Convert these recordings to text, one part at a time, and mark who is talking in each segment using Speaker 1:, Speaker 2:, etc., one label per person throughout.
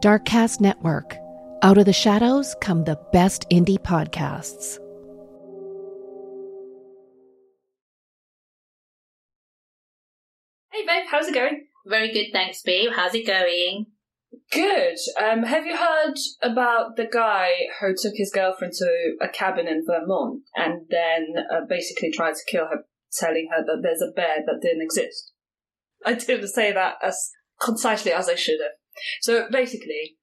Speaker 1: Darkcast Network. Out of the shadows come the best indie podcasts.
Speaker 2: Hey babe, how's it going?
Speaker 3: Very good, thanks, babe. How's it going?
Speaker 2: Good. Um, have you heard about the guy who took his girlfriend to a cabin in Vermont and then uh, basically tried to kill her, telling her that there's a bear that didn't exist? I didn't say that as concisely as I should have. So basically,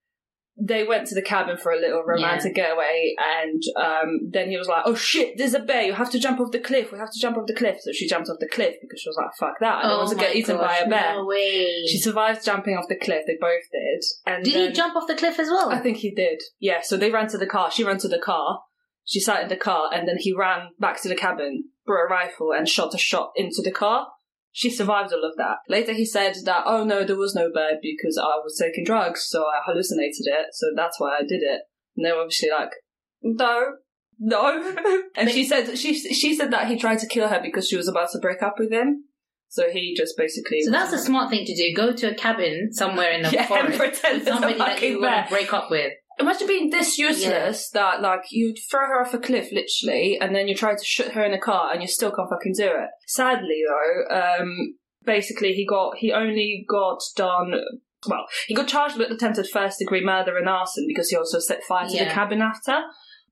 Speaker 2: they went to the cabin for a little romantic getaway, and um, then he was like, "Oh shit, there's a bear! You have to jump off the cliff. We have to jump off the cliff." So she jumped off the cliff because she was like, "Fuck that! I don't want to
Speaker 3: Oh my
Speaker 2: get eaten by
Speaker 3: gosh,
Speaker 2: a bear."
Speaker 3: No way.
Speaker 2: She survived jumping off the cliff. They both did. And
Speaker 3: Did
Speaker 2: then-
Speaker 3: he jump off the cliff as well?
Speaker 2: I think he did. Yeah. So they ran to the car. She ran to the car. She sat in the car, and then he ran back to the cabin, brought a rifle, and shot a shot into the car. She survived all of that. Later, he said that, oh no, there was no bird because I was taking drugs, so I hallucinated it, so that's why I did it. And they were obviously like, no, no. and she said she she said that he tried to kill her because she was about to break up with him. So he just basically
Speaker 3: so that's a smart thing to do. Go to a cabin somewhere in the
Speaker 2: Yeah, and
Speaker 3: forest
Speaker 2: pretend
Speaker 3: with
Speaker 2: there's a
Speaker 3: somebody that
Speaker 2: fucking
Speaker 3: you
Speaker 2: bear.
Speaker 3: want to break up with.
Speaker 2: Imagine being this useless that like you throw her off a cliff literally, and then you try to shoot her in a car, and you still can't fucking do it. Sadly though, um, basically he got he only got done. Well, he got charged with attempted first degree murder and arson because he also set fire to the
Speaker 3: Yeah.
Speaker 2: cabin after.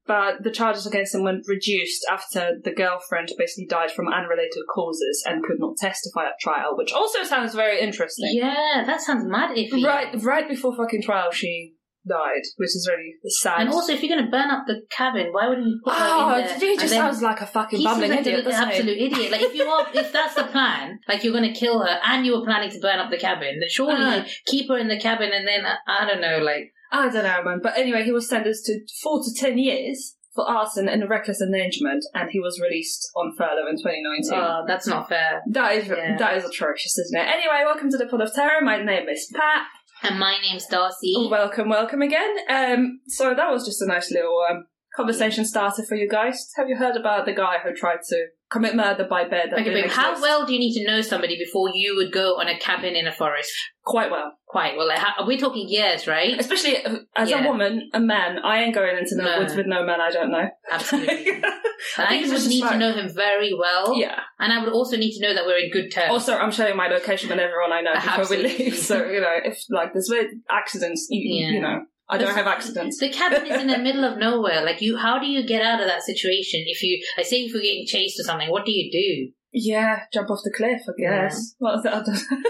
Speaker 2: But the charges against him were reduced after the girlfriend basically died from unrelated causes and could not testify at trial, which also sounds very interesting.
Speaker 3: Yeah, that sounds mad iffy.
Speaker 2: Right, right before fucking trial, she died, which is really sad.
Speaker 3: And also, if you're going to burn up the cabin, why wouldn't you put her in
Speaker 2: Oh,
Speaker 3: there?
Speaker 2: he just
Speaker 3: And then-
Speaker 2: sounds like a fucking
Speaker 3: He seems
Speaker 2: bumbling
Speaker 3: like
Speaker 2: idiot,
Speaker 3: an
Speaker 2: doesn't
Speaker 3: absolute
Speaker 2: he?
Speaker 3: idiot. Like if you are, if that's the plan, like you're going to kill her, and you were planning to burn up the cabin, then surely
Speaker 2: Ah.
Speaker 3: keep her in the cabin, and then I, I don't know, like
Speaker 2: I don't know, man. But anyway, he was sentenced to four to ten years for arson and reckless endangerment, and he was released on furlough in 2019.
Speaker 3: oh, that's not fair.
Speaker 2: that is
Speaker 3: yeah.
Speaker 2: that is atrocious, isn't it? Anyway, welcome to the Pod of Terror. My name is Pat.
Speaker 3: And my name's Darcy.
Speaker 2: Welcome, welcome again. Um, so that was just a nice little um, conversation starter for you guys. Have you heard about the guy who tried to commit murder by bear? That
Speaker 3: Okay,
Speaker 2: didn't
Speaker 3: babe, how
Speaker 2: exist?
Speaker 3: well do you need to know somebody before you would go on a cabin in a forest?
Speaker 2: Quite well.
Speaker 3: Quite well. Like, how, we're talking years, right?
Speaker 2: Especially uh, as a
Speaker 3: Yeah.
Speaker 2: woman, a man, I ain't going into the
Speaker 3: No.
Speaker 2: woods with no man I don't know.
Speaker 3: Absolutely. But
Speaker 2: I
Speaker 3: I,
Speaker 2: think it's
Speaker 3: would
Speaker 2: just
Speaker 3: need
Speaker 2: smart.
Speaker 3: to know him very well.
Speaker 2: yeah.
Speaker 3: And I would also need to know that we're in good terms.
Speaker 2: Also, I'm showing my location with everyone I know before we
Speaker 3: Absolutely.
Speaker 2: leave. So you know, if like there's weird accidents, you,
Speaker 3: Yeah.
Speaker 2: you know, I don't
Speaker 3: That's-
Speaker 2: have accidents.
Speaker 3: the cabin is in the middle of nowhere. Like you, how do you get out of that situation? If you, I say, if you're getting chased or something, what do you do?
Speaker 2: Yeah, jump off the cliff, I guess. Well, I don't.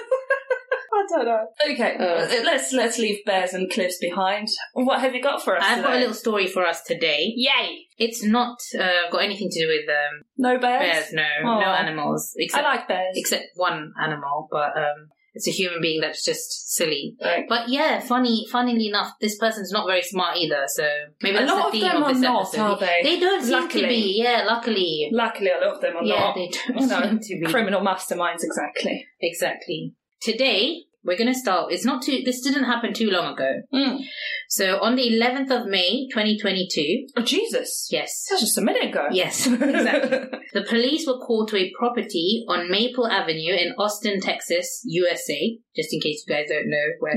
Speaker 2: I don't know. Okay,
Speaker 3: Uh.
Speaker 2: let's let's leave bears and cliffs behind. What have you got for us?
Speaker 3: I've got a
Speaker 2: today?
Speaker 3: little story for us today.
Speaker 2: Yay!
Speaker 3: It's not uh, got anything to do with um,
Speaker 2: No bears.
Speaker 3: bears. No,
Speaker 2: Oh.
Speaker 3: no animals.
Speaker 2: I
Speaker 3: Except
Speaker 2: like bears.
Speaker 3: except one animal, but um, it's a human being that's just silly.
Speaker 2: Right.
Speaker 3: But yeah, funny. Funnily enough, this person's not very smart either. So maybe
Speaker 2: A
Speaker 3: that's
Speaker 2: lot of
Speaker 3: the theme
Speaker 2: them
Speaker 3: of this
Speaker 2: are not,
Speaker 3: episode.
Speaker 2: are they?
Speaker 3: They don't seem
Speaker 2: Luckily.
Speaker 3: to be. Yeah, luckily.
Speaker 2: Luckily, a lot of them are
Speaker 3: yeah,
Speaker 2: not.
Speaker 3: they don't
Speaker 2: you know,
Speaker 3: seem to be.
Speaker 2: criminal masterminds exactly.
Speaker 3: Exactly. Today we're going to start. It's not too. This didn't happen too long ago. So on the 11th of May, 2022.
Speaker 2: Oh, Jesus.
Speaker 3: Yes.
Speaker 2: That's just a minute ago.
Speaker 3: Yes, exactly. The police were called to a property on Maple Avenue in Austin, Texas, USA. Just in case you guys don't know where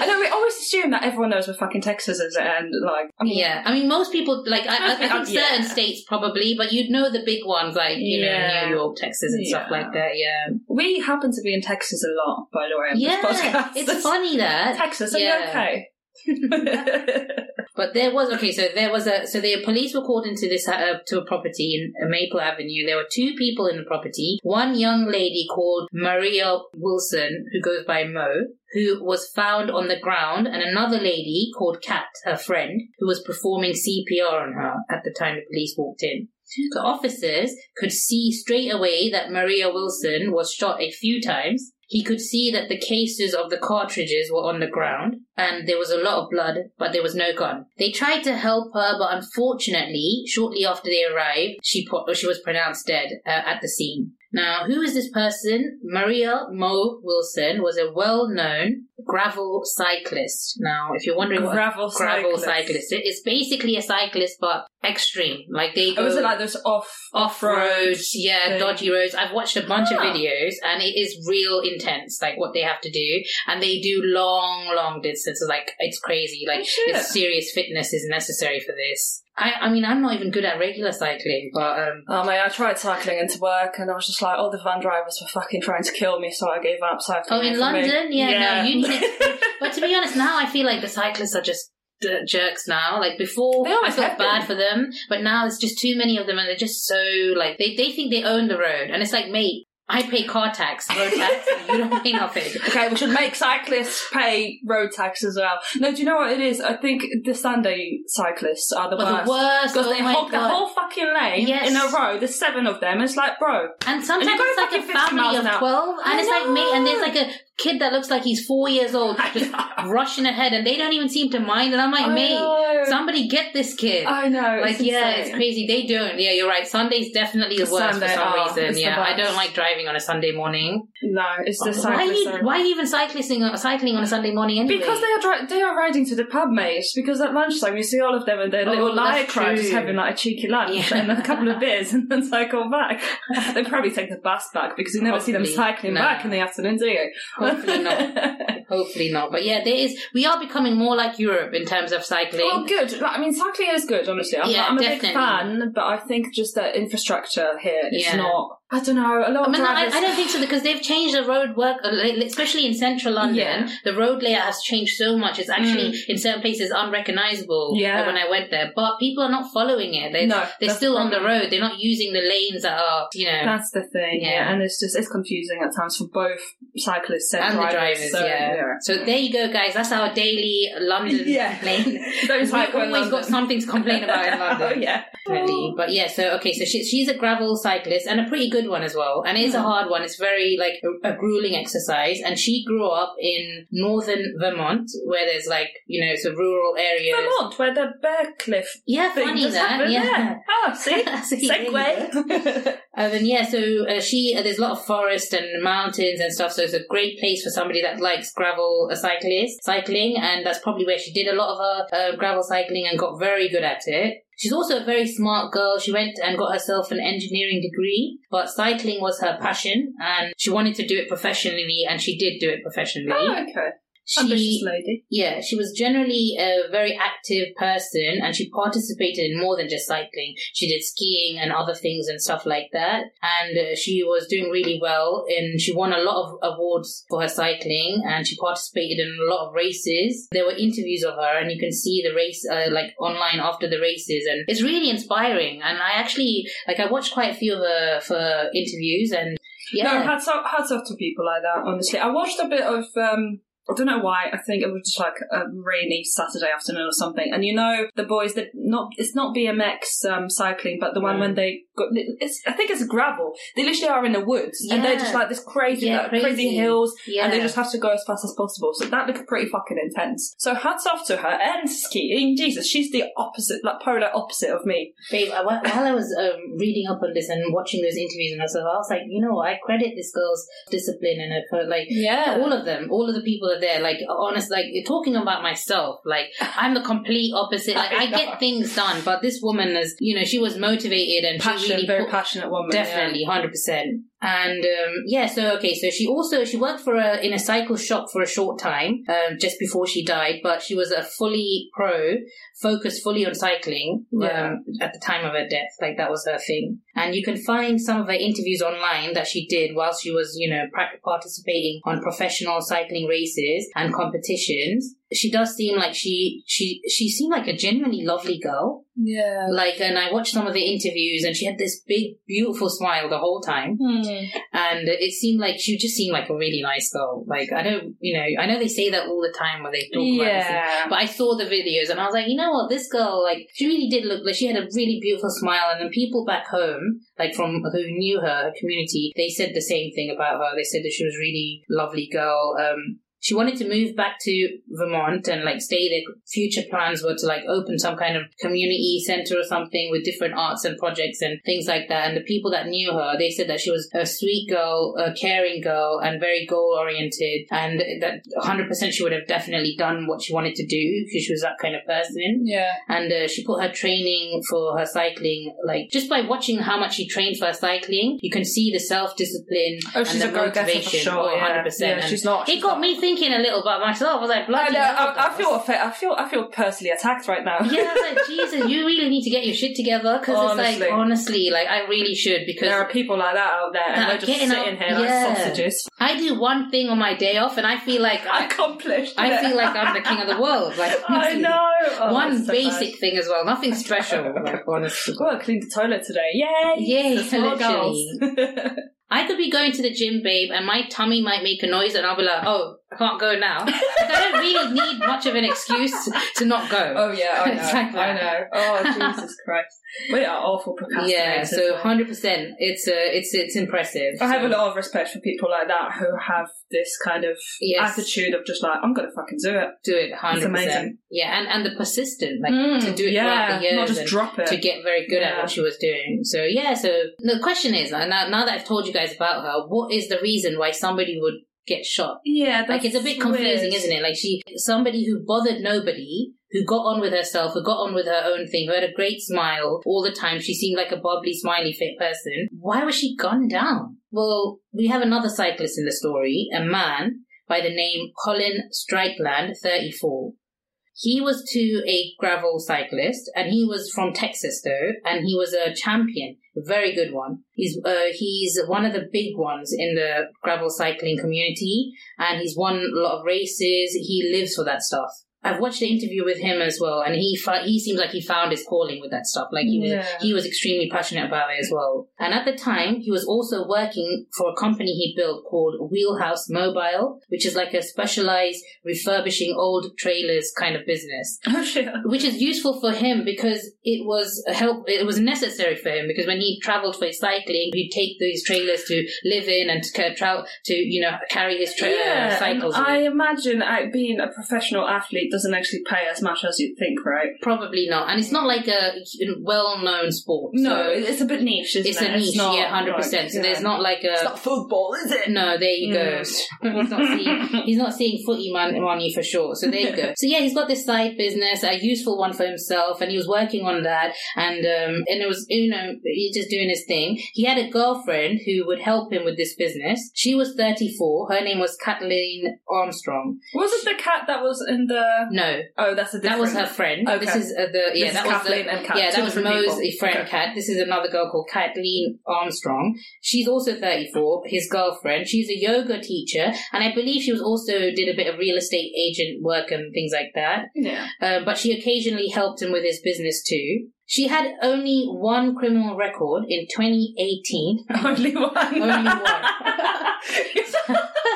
Speaker 2: I know we always assume that everyone knows where fucking Texas is, and like, I mean,
Speaker 3: Yeah, I mean, most people like I, I, I think
Speaker 2: Yeah.
Speaker 3: certain states probably, but you'd know the big ones like you
Speaker 2: Yeah.
Speaker 3: know New York, Texas, and stuff
Speaker 2: Yeah.
Speaker 3: like that. Yeah,
Speaker 2: we happen to be in Texas a lot, by the way. On
Speaker 3: yeah,
Speaker 2: this podcast.
Speaker 3: it's funny that.
Speaker 2: Texas, are
Speaker 3: Yeah.
Speaker 2: you okay?
Speaker 3: But there was okay, so there was a so the police were called into this uh, to a property in uh, Maple Avenue. There were two people in the property. One young lady called Maria Wilson, who goes by Mo, who was found on the ground, and another lady called Kat, her friend, who was performing CPR on her at the time the police walked in. The officers could see straight away that Maria Wilson was shot a few times. He could see that the cases of the cartridges were on the ground and there was a lot of blood, but there was no gun. They tried to help her, but unfortunately, shortly after they arrived, she, po- she was pronounced dead uh, at the scene. Now, who is this person? Maria Mo Wilson was a well-known gravel cyclist. Now, if you're wondering what
Speaker 2: Gravel
Speaker 3: gravel
Speaker 2: cyclist.
Speaker 3: cyclist is, it's basically a cyclist but extreme. Like they go
Speaker 2: Oh, is it like those off
Speaker 3: off roads, yeah,
Speaker 2: thing?
Speaker 3: dodgy roads. I've watched a bunch of
Speaker 2: Ah.
Speaker 3: videos and it is real intense, like what they have to do. And they do long, long distances, like it's crazy. Like
Speaker 2: Oh, shit.
Speaker 3: it's serious fitness is necessary for this. I, I mean, I'm not even good at regular cycling, but um,
Speaker 2: Oh mate, I tried cycling into work and I was just like, all the van drivers were fucking trying to kill me, so I gave up cycling.
Speaker 3: oh, in
Speaker 2: for me.
Speaker 3: London, yeah, no, you need. To, but to be honest, now I feel like the cyclists are just d- jerks now like before
Speaker 2: They
Speaker 3: i
Speaker 2: always
Speaker 3: felt
Speaker 2: have been.
Speaker 3: bad for them but now there's just too many of them and they're just so like they, they think they own the road and it's like mate i pay car tax road tax you don't pay nothing
Speaker 2: Okay, we should make cyclists pay road tax as well. No, do you know what it is? I think the Sunday cyclists are the
Speaker 3: But
Speaker 2: worst.
Speaker 3: the worst.
Speaker 2: Because
Speaker 3: oh
Speaker 2: they
Speaker 3: my
Speaker 2: hog the
Speaker 3: God.
Speaker 2: whole fucking lane
Speaker 3: Yes.
Speaker 2: in a row. There's seven of them. It's like, bro.
Speaker 3: And sometimes
Speaker 2: and you're
Speaker 3: it's
Speaker 2: going
Speaker 3: like a
Speaker 2: fucking 50 miles
Speaker 3: family of
Speaker 2: an hour.
Speaker 3: twelve, and
Speaker 2: I
Speaker 3: it's like me, and there's
Speaker 2: know.
Speaker 3: like a kid that looks like he's four years old,
Speaker 2: I
Speaker 3: just
Speaker 2: know.
Speaker 3: rushing ahead, and they don't even seem to mind. And I'm like,
Speaker 2: I
Speaker 3: mate,
Speaker 2: know.
Speaker 3: somebody get this kid.
Speaker 2: I know.
Speaker 3: like,
Speaker 2: it's
Speaker 3: yeah,
Speaker 2: insane.
Speaker 3: it's crazy. They don't. Yeah, you're right. Sunday's definitely the
Speaker 2: It's
Speaker 3: worst
Speaker 2: Sunday,
Speaker 3: for some
Speaker 2: oh, it's
Speaker 3: reason.
Speaker 2: the
Speaker 3: Yeah, I don't
Speaker 2: worst.
Speaker 3: like driving on a Sunday morning.
Speaker 2: No, it's the
Speaker 3: Why are
Speaker 2: cyclists.
Speaker 3: you?
Speaker 2: are-
Speaker 3: Why are you even cycling on, cycling on a Sunday morning anyway?
Speaker 2: Because they are dri- they are riding to the pub, mate. Because at lunchtime you see all of them in their
Speaker 3: Oh,
Speaker 2: little
Speaker 3: that's
Speaker 2: lycra, just
Speaker 3: true.
Speaker 2: having like a cheeky lunch
Speaker 3: Yeah.
Speaker 2: and a couple of beers, and then cycle back. they probably take the bus back because you never see them
Speaker 3: Probably.
Speaker 2: cycling
Speaker 3: No.
Speaker 2: back in the afternoon, do you?
Speaker 3: Hopefully not. Hopefully not. But yeah, there is. We are becoming more like Europe in terms of cycling.
Speaker 2: Well, good. Like, I mean, cycling is good, honestly. I'm,
Speaker 3: Yeah,
Speaker 2: I'm a
Speaker 3: definitely.
Speaker 2: big fan, but I think just the infrastructure here is
Speaker 3: Yeah.
Speaker 2: not. I don't know. A lot
Speaker 3: I
Speaker 2: of
Speaker 3: mean, I,
Speaker 2: drivers.
Speaker 3: I don't think so because they've changed the road work, uh, li- especially in central London.
Speaker 2: Yeah. Mm.
Speaker 3: The road layout has changed so much; it's actually in certain places unrecognizable.
Speaker 2: Yeah.
Speaker 3: uh, When I went there, but people are not following it. They're,
Speaker 2: No,
Speaker 3: they're
Speaker 2: that's
Speaker 3: still
Speaker 2: the
Speaker 3: on the
Speaker 2: problem.
Speaker 3: road. They're not using the lanes that are, you know,
Speaker 2: That's the thing,
Speaker 3: Yeah.
Speaker 2: yeah. and it's just it's confusing at times for both cyclists and,
Speaker 3: and the drivers.
Speaker 2: so,
Speaker 3: yeah. So there you go, guys. That's our daily London
Speaker 2: Yeah.
Speaker 3: lane.
Speaker 2: Don't
Speaker 3: We've
Speaker 2: cycle in
Speaker 3: always got
Speaker 2: London.
Speaker 3: something to complain about in London.
Speaker 2: oh yeah.
Speaker 3: Definitely. But yeah, so okay, so she, she's a gravel cyclist and a pretty good one as well. And
Speaker 2: Hmm.
Speaker 3: it's a hard one. It's very like a, a grueling exercise. And she grew up in northern Vermont, where there's like you know it's a rural area.
Speaker 2: Vermont, where the bear cliff
Speaker 3: Yeah,
Speaker 2: thing
Speaker 3: funny
Speaker 2: just
Speaker 3: that.
Speaker 2: happened.
Speaker 3: Yeah.
Speaker 2: Oh, see?
Speaker 3: See, there you
Speaker 2: Segway.
Speaker 3: Um, and yeah, so uh, she uh, there's a lot of forest and mountains and stuff, so it's a great place for somebody that likes gravel uh, cyclist cycling, and that's probably where she did a lot of her uh, gravel cycling and got very good at it. She's also a very smart girl. She went and got herself an engineering degree, but cycling was her passion, and she wanted to do it professionally, and she did do it professionally.
Speaker 2: oh, okay.
Speaker 3: She-
Speaker 2: Ambitious lady.
Speaker 3: yeah, she was generally a very active person and she participated in more than just cycling. She did skiing and other things and stuff like that. And uh, she was doing really well and she won a lot of awards for her cycling and she participated in a lot of races. There were interviews of her and you can see the race uh, like online after the races and it's really inspiring. And I actually, like, I watched quite a few of her for interviews and
Speaker 2: No,
Speaker 3: yeah.
Speaker 2: hats off, hats off to people like that, honestly. I watched a bit of, um, I don't know why, I think it was just like a rainy Saturday afternoon or something. And you know, the boys that not, it's not BMX, um, cycling, but the one
Speaker 3: Mm.
Speaker 2: when they got, it's, I think it's gravel. They literally are in the woods and they're
Speaker 3: Yeah.
Speaker 2: just like this crazy,
Speaker 3: Yeah,
Speaker 2: like, crazy.
Speaker 3: crazy.
Speaker 2: hills
Speaker 3: yeah.
Speaker 2: and they just have to go as fast as possible. So that looked pretty fucking intense. So hats off to her and skiing. Jesus, she's the opposite, like polar opposite of me.
Speaker 3: Babe, I- while while I was um, reading up on this and watching those interviews and stuff, I was like, you know, I credit this girl's discipline and her, like,
Speaker 2: Yeah.
Speaker 3: all of them, all of the people are there. Like, honest, like, you're talking about myself. Like, I'm the complete opposite. Like, I get things done, but this woman is, you know, she was motivated and she
Speaker 2: passionate,
Speaker 3: really
Speaker 2: very
Speaker 3: put-
Speaker 2: passionate woman.
Speaker 3: Definitely, hundred percent. And um, yeah, so okay, so she also she worked for a in a cycle shop for a short time um, just before she died, but she was a fully pro, focused fully on cycling um,
Speaker 2: Yeah.
Speaker 3: at the time of her death. Like that was her thing. And you can find some of her interviews online that she did while she was you know prac- participating on professional cycling races and competitions. She does seem like she she she seemed like a genuinely lovely girl.
Speaker 2: Yeah.
Speaker 3: Like, and I watched some of the interviews, and she had this big, beautiful smile the whole time.
Speaker 2: Hmm.
Speaker 3: And it seemed like she just seemed like a really nice girl. Like, I don't, you know, I know they say that all the time when they talk about this. and-
Speaker 2: Yeah.
Speaker 3: But I saw the videos and I was like, you know what, this girl, like, she really did look like she had a really beautiful smile. And then people back home, like from who knew her, her community, they said the same thing about her. They said that she was a really lovely girl. Um, She wanted to move back to Vermont and like stay there. Future plans were to like open some kind of community center or something with different arts and projects and things like that. And the people that knew her, they said that she was a sweet girl, a caring girl, and very goal oriented, and that 100% she would have definitely done what she wanted to do because she was that kind of person
Speaker 2: Yeah.
Speaker 3: and uh, she put her training for her cycling like just by watching how much she trained for her cycling you can see the self-discipline
Speaker 2: Oh, she's
Speaker 3: and
Speaker 2: a
Speaker 3: the
Speaker 2: go-getter for
Speaker 3: motivation
Speaker 2: sure.
Speaker 3: oh,
Speaker 2: yeah.
Speaker 3: 100%
Speaker 2: Yeah,
Speaker 3: And
Speaker 2: she's not.
Speaker 3: it
Speaker 2: she's
Speaker 3: got
Speaker 2: not-
Speaker 3: me thinking a little about myself I was like
Speaker 2: I
Speaker 3: bloody
Speaker 2: know.
Speaker 3: hell,
Speaker 2: I, I
Speaker 3: guys.
Speaker 2: feel. offe- I feel. I feel personally attacked right now.
Speaker 3: yeah, I was like, Jesus, you really need to get your shit together because it's
Speaker 2: Honestly.
Speaker 3: like, honestly, like, I really should because
Speaker 2: There are people like that out there, and
Speaker 3: That
Speaker 2: we're
Speaker 3: are
Speaker 2: just
Speaker 3: getting
Speaker 2: sitting
Speaker 3: up-
Speaker 2: here like
Speaker 3: yeah.
Speaker 2: sausages.
Speaker 3: I do one thing on my day off and I feel like I,
Speaker 2: Accomplished.
Speaker 3: I
Speaker 2: innit?
Speaker 3: feel like I'm the king of the world. Like,
Speaker 2: I
Speaker 3: honestly.
Speaker 2: know. Oh,
Speaker 3: One
Speaker 2: that's so
Speaker 3: basic
Speaker 2: bad.
Speaker 3: thing as well, nothing special. Like, honestly.
Speaker 2: Oh, I cleaned the toilet today. Yay!
Speaker 3: Yay,
Speaker 2: The small
Speaker 3: literally.
Speaker 2: girls.
Speaker 3: I could be going to the gym, babe, and my tummy might make a noise, and I'll be like, "Oh, I can't go now." Like, I don't really need much of an excuse to not go.
Speaker 2: Oh yeah, I know.
Speaker 3: It's like
Speaker 2: I
Speaker 3: that.
Speaker 2: know. Oh Jesus Christ, we are awful procrastinators.
Speaker 3: yeah, so hundred percent, it's uh, it's it's impressive.
Speaker 2: I have a lot of respect for people like that who have this kind of
Speaker 3: Yes.
Speaker 2: attitude of just like I'm gonna fucking do it.
Speaker 3: Do it hundred percent.
Speaker 2: amazing.
Speaker 3: Yeah, and and the persistent, like
Speaker 2: Mm,
Speaker 3: to do it
Speaker 2: yeah,
Speaker 3: throughout the years,
Speaker 2: not just
Speaker 3: and
Speaker 2: drop it.
Speaker 3: to get very good at
Speaker 2: Yeah.
Speaker 3: what she was doing. So yeah, so the question is now, now that I've told you guys about her, what is the reason why somebody would get shot?
Speaker 2: yeah,
Speaker 3: like it's a bit confusing, isn't it? Like she, somebody who bothered nobody, who got on with herself, who got on with her own thing, who had a great smile all the time. She seemed like a bubbly, smiley, fit person. Why was she gunned down? Well, we have another cyclist in the story, a man by the name Colin Strikeland, 34. He was to a gravel cyclist, and he was from Texas though, and he was a champion, a very good one. He's uh, he's one of the big ones in the gravel cycling community, and he's won a lot of races. He lives for that stuff. I've watched the interview with him as well, and he fo- he seems like he found his calling with that stuff. Like he was
Speaker 2: Yeah.
Speaker 3: he was extremely passionate about it as well. And at the time, he was also working for a company he built called Wheelhouse Mobile, which is like a specialized refurbishing old trailers kind of business
Speaker 2: Oh shit.
Speaker 3: which is useful for him because it was a help it was necessary for him because when he traveled for his cycling he'd take these trailers to live in and to ca- tra- to you know carry his tra- uh,
Speaker 2: Yeah,
Speaker 3: cycles
Speaker 2: I
Speaker 3: with.
Speaker 2: imagine uh, being a professional athlete doesn't actually pay as much as you'd think, right?
Speaker 3: probably not and it's not like a well-known sport so
Speaker 2: it's a bit niche, isn't
Speaker 3: it's
Speaker 2: it?
Speaker 3: a niche
Speaker 2: not
Speaker 3: yeah 100%
Speaker 2: like,
Speaker 3: so
Speaker 2: yeah.
Speaker 3: there's not like a
Speaker 2: football, is it?
Speaker 3: No, there you go.
Speaker 2: Mm.
Speaker 3: he's not seeing he's not seeing footy man on you for sure. So there you go. So yeah, he's got this side business, a useful one for himself, and he was working on that. And um, and it was you know he's just doing his thing. He had a girlfriend who would help him with this business. She was thirty four. Her name was Kathleen Armstrong.
Speaker 2: Was it the cat that was in the?
Speaker 3: No,
Speaker 2: Oh, that's a different.
Speaker 3: that was her friend.
Speaker 2: Okay.
Speaker 3: This is uh, the yeah,
Speaker 2: This
Speaker 3: that
Speaker 2: is
Speaker 3: was
Speaker 2: Kathleen
Speaker 3: the,
Speaker 2: and Kat,
Speaker 3: yeah,
Speaker 2: two
Speaker 3: that was
Speaker 2: different
Speaker 3: Mo's
Speaker 2: people.
Speaker 3: friend
Speaker 2: Okay.
Speaker 3: Kat. This is another girl called Kathleen Armstrong. She's also thirty four. His girlfriend. She's a yoga teacher, and I believe she was also did a bit of real estate agent work and things like that.
Speaker 2: Yeah.
Speaker 3: Um, but she occasionally helped him with his business too. She had only one criminal record in 2018.
Speaker 2: Only one.
Speaker 3: Only one.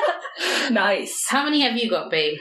Speaker 2: nice.
Speaker 3: How many have you got, babe?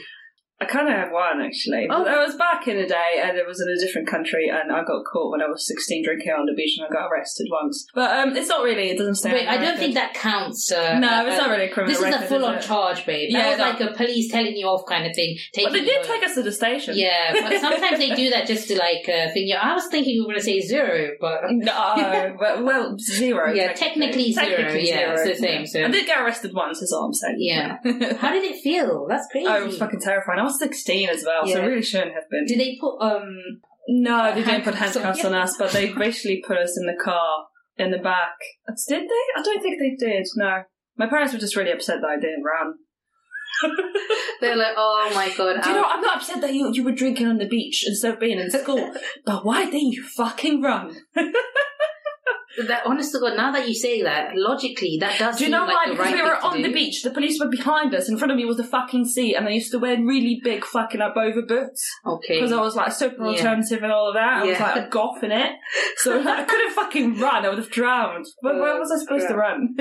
Speaker 2: I kind of have one actually.
Speaker 3: Oh.
Speaker 2: I was back in the day, and it was in a different country, and I got caught when I was sixteen drinking on the beach, and I got arrested once. But um, it's not really. It doesn't stay.
Speaker 3: Wait, I don't think that counts. Uh,
Speaker 2: No,
Speaker 3: uh,
Speaker 2: it's not really a criminal
Speaker 3: This is
Speaker 2: record,
Speaker 3: a
Speaker 2: is
Speaker 3: full-on
Speaker 2: it?
Speaker 3: charge, babe. That
Speaker 2: Yeah,
Speaker 3: was
Speaker 2: that-
Speaker 3: like a police telling you off kind of thing.
Speaker 2: But they
Speaker 3: taking
Speaker 2: did
Speaker 3: your-
Speaker 2: take us to the station.
Speaker 3: Yeah, but sometimes they do that just to like uh, think. You, I was thinking you were going to say zero, but
Speaker 2: No, well, well, zero.
Speaker 3: Yeah, technically zero, yeah, it's the same, so-
Speaker 2: I did get arrested once, is all I'm saying.
Speaker 3: yeah. How did it feel? That's crazy.
Speaker 2: I was fucking terrified. I was 16 as well,
Speaker 3: Yeah.
Speaker 2: so I really shouldn't have been.
Speaker 3: Do they put um?
Speaker 2: No, they didn't put
Speaker 3: Handcuffs on
Speaker 2: handcuffs
Speaker 3: you.
Speaker 2: on us, but they basically put us in the car in the back. Did they? I don't think they did. No, my parents were just really upset that I didn't run.
Speaker 3: They're like, oh my god.
Speaker 2: Do you know? I'm not upset that you you were drinking on the beach instead of being in school, but why didn't you fucking run?
Speaker 3: that, honest to God, now that you say that, logically, that does.
Speaker 2: Do you
Speaker 3: seem
Speaker 2: know
Speaker 3: like
Speaker 2: why?
Speaker 3: The
Speaker 2: Because
Speaker 3: right
Speaker 2: we
Speaker 3: thing
Speaker 2: were
Speaker 3: to
Speaker 2: on the
Speaker 3: do.
Speaker 2: beach, the police were behind us. In front of me was the fucking sea, and I used to wear really big fucking up over boots
Speaker 3: Okay.
Speaker 2: because I was like super
Speaker 3: Yeah.
Speaker 2: alternative and all of that. I was
Speaker 3: Yeah.
Speaker 2: like a goth in it, so like, I couldn't fucking run. I would have drowned. But where
Speaker 3: Oh,
Speaker 2: was I supposed to
Speaker 3: crap.
Speaker 2: run?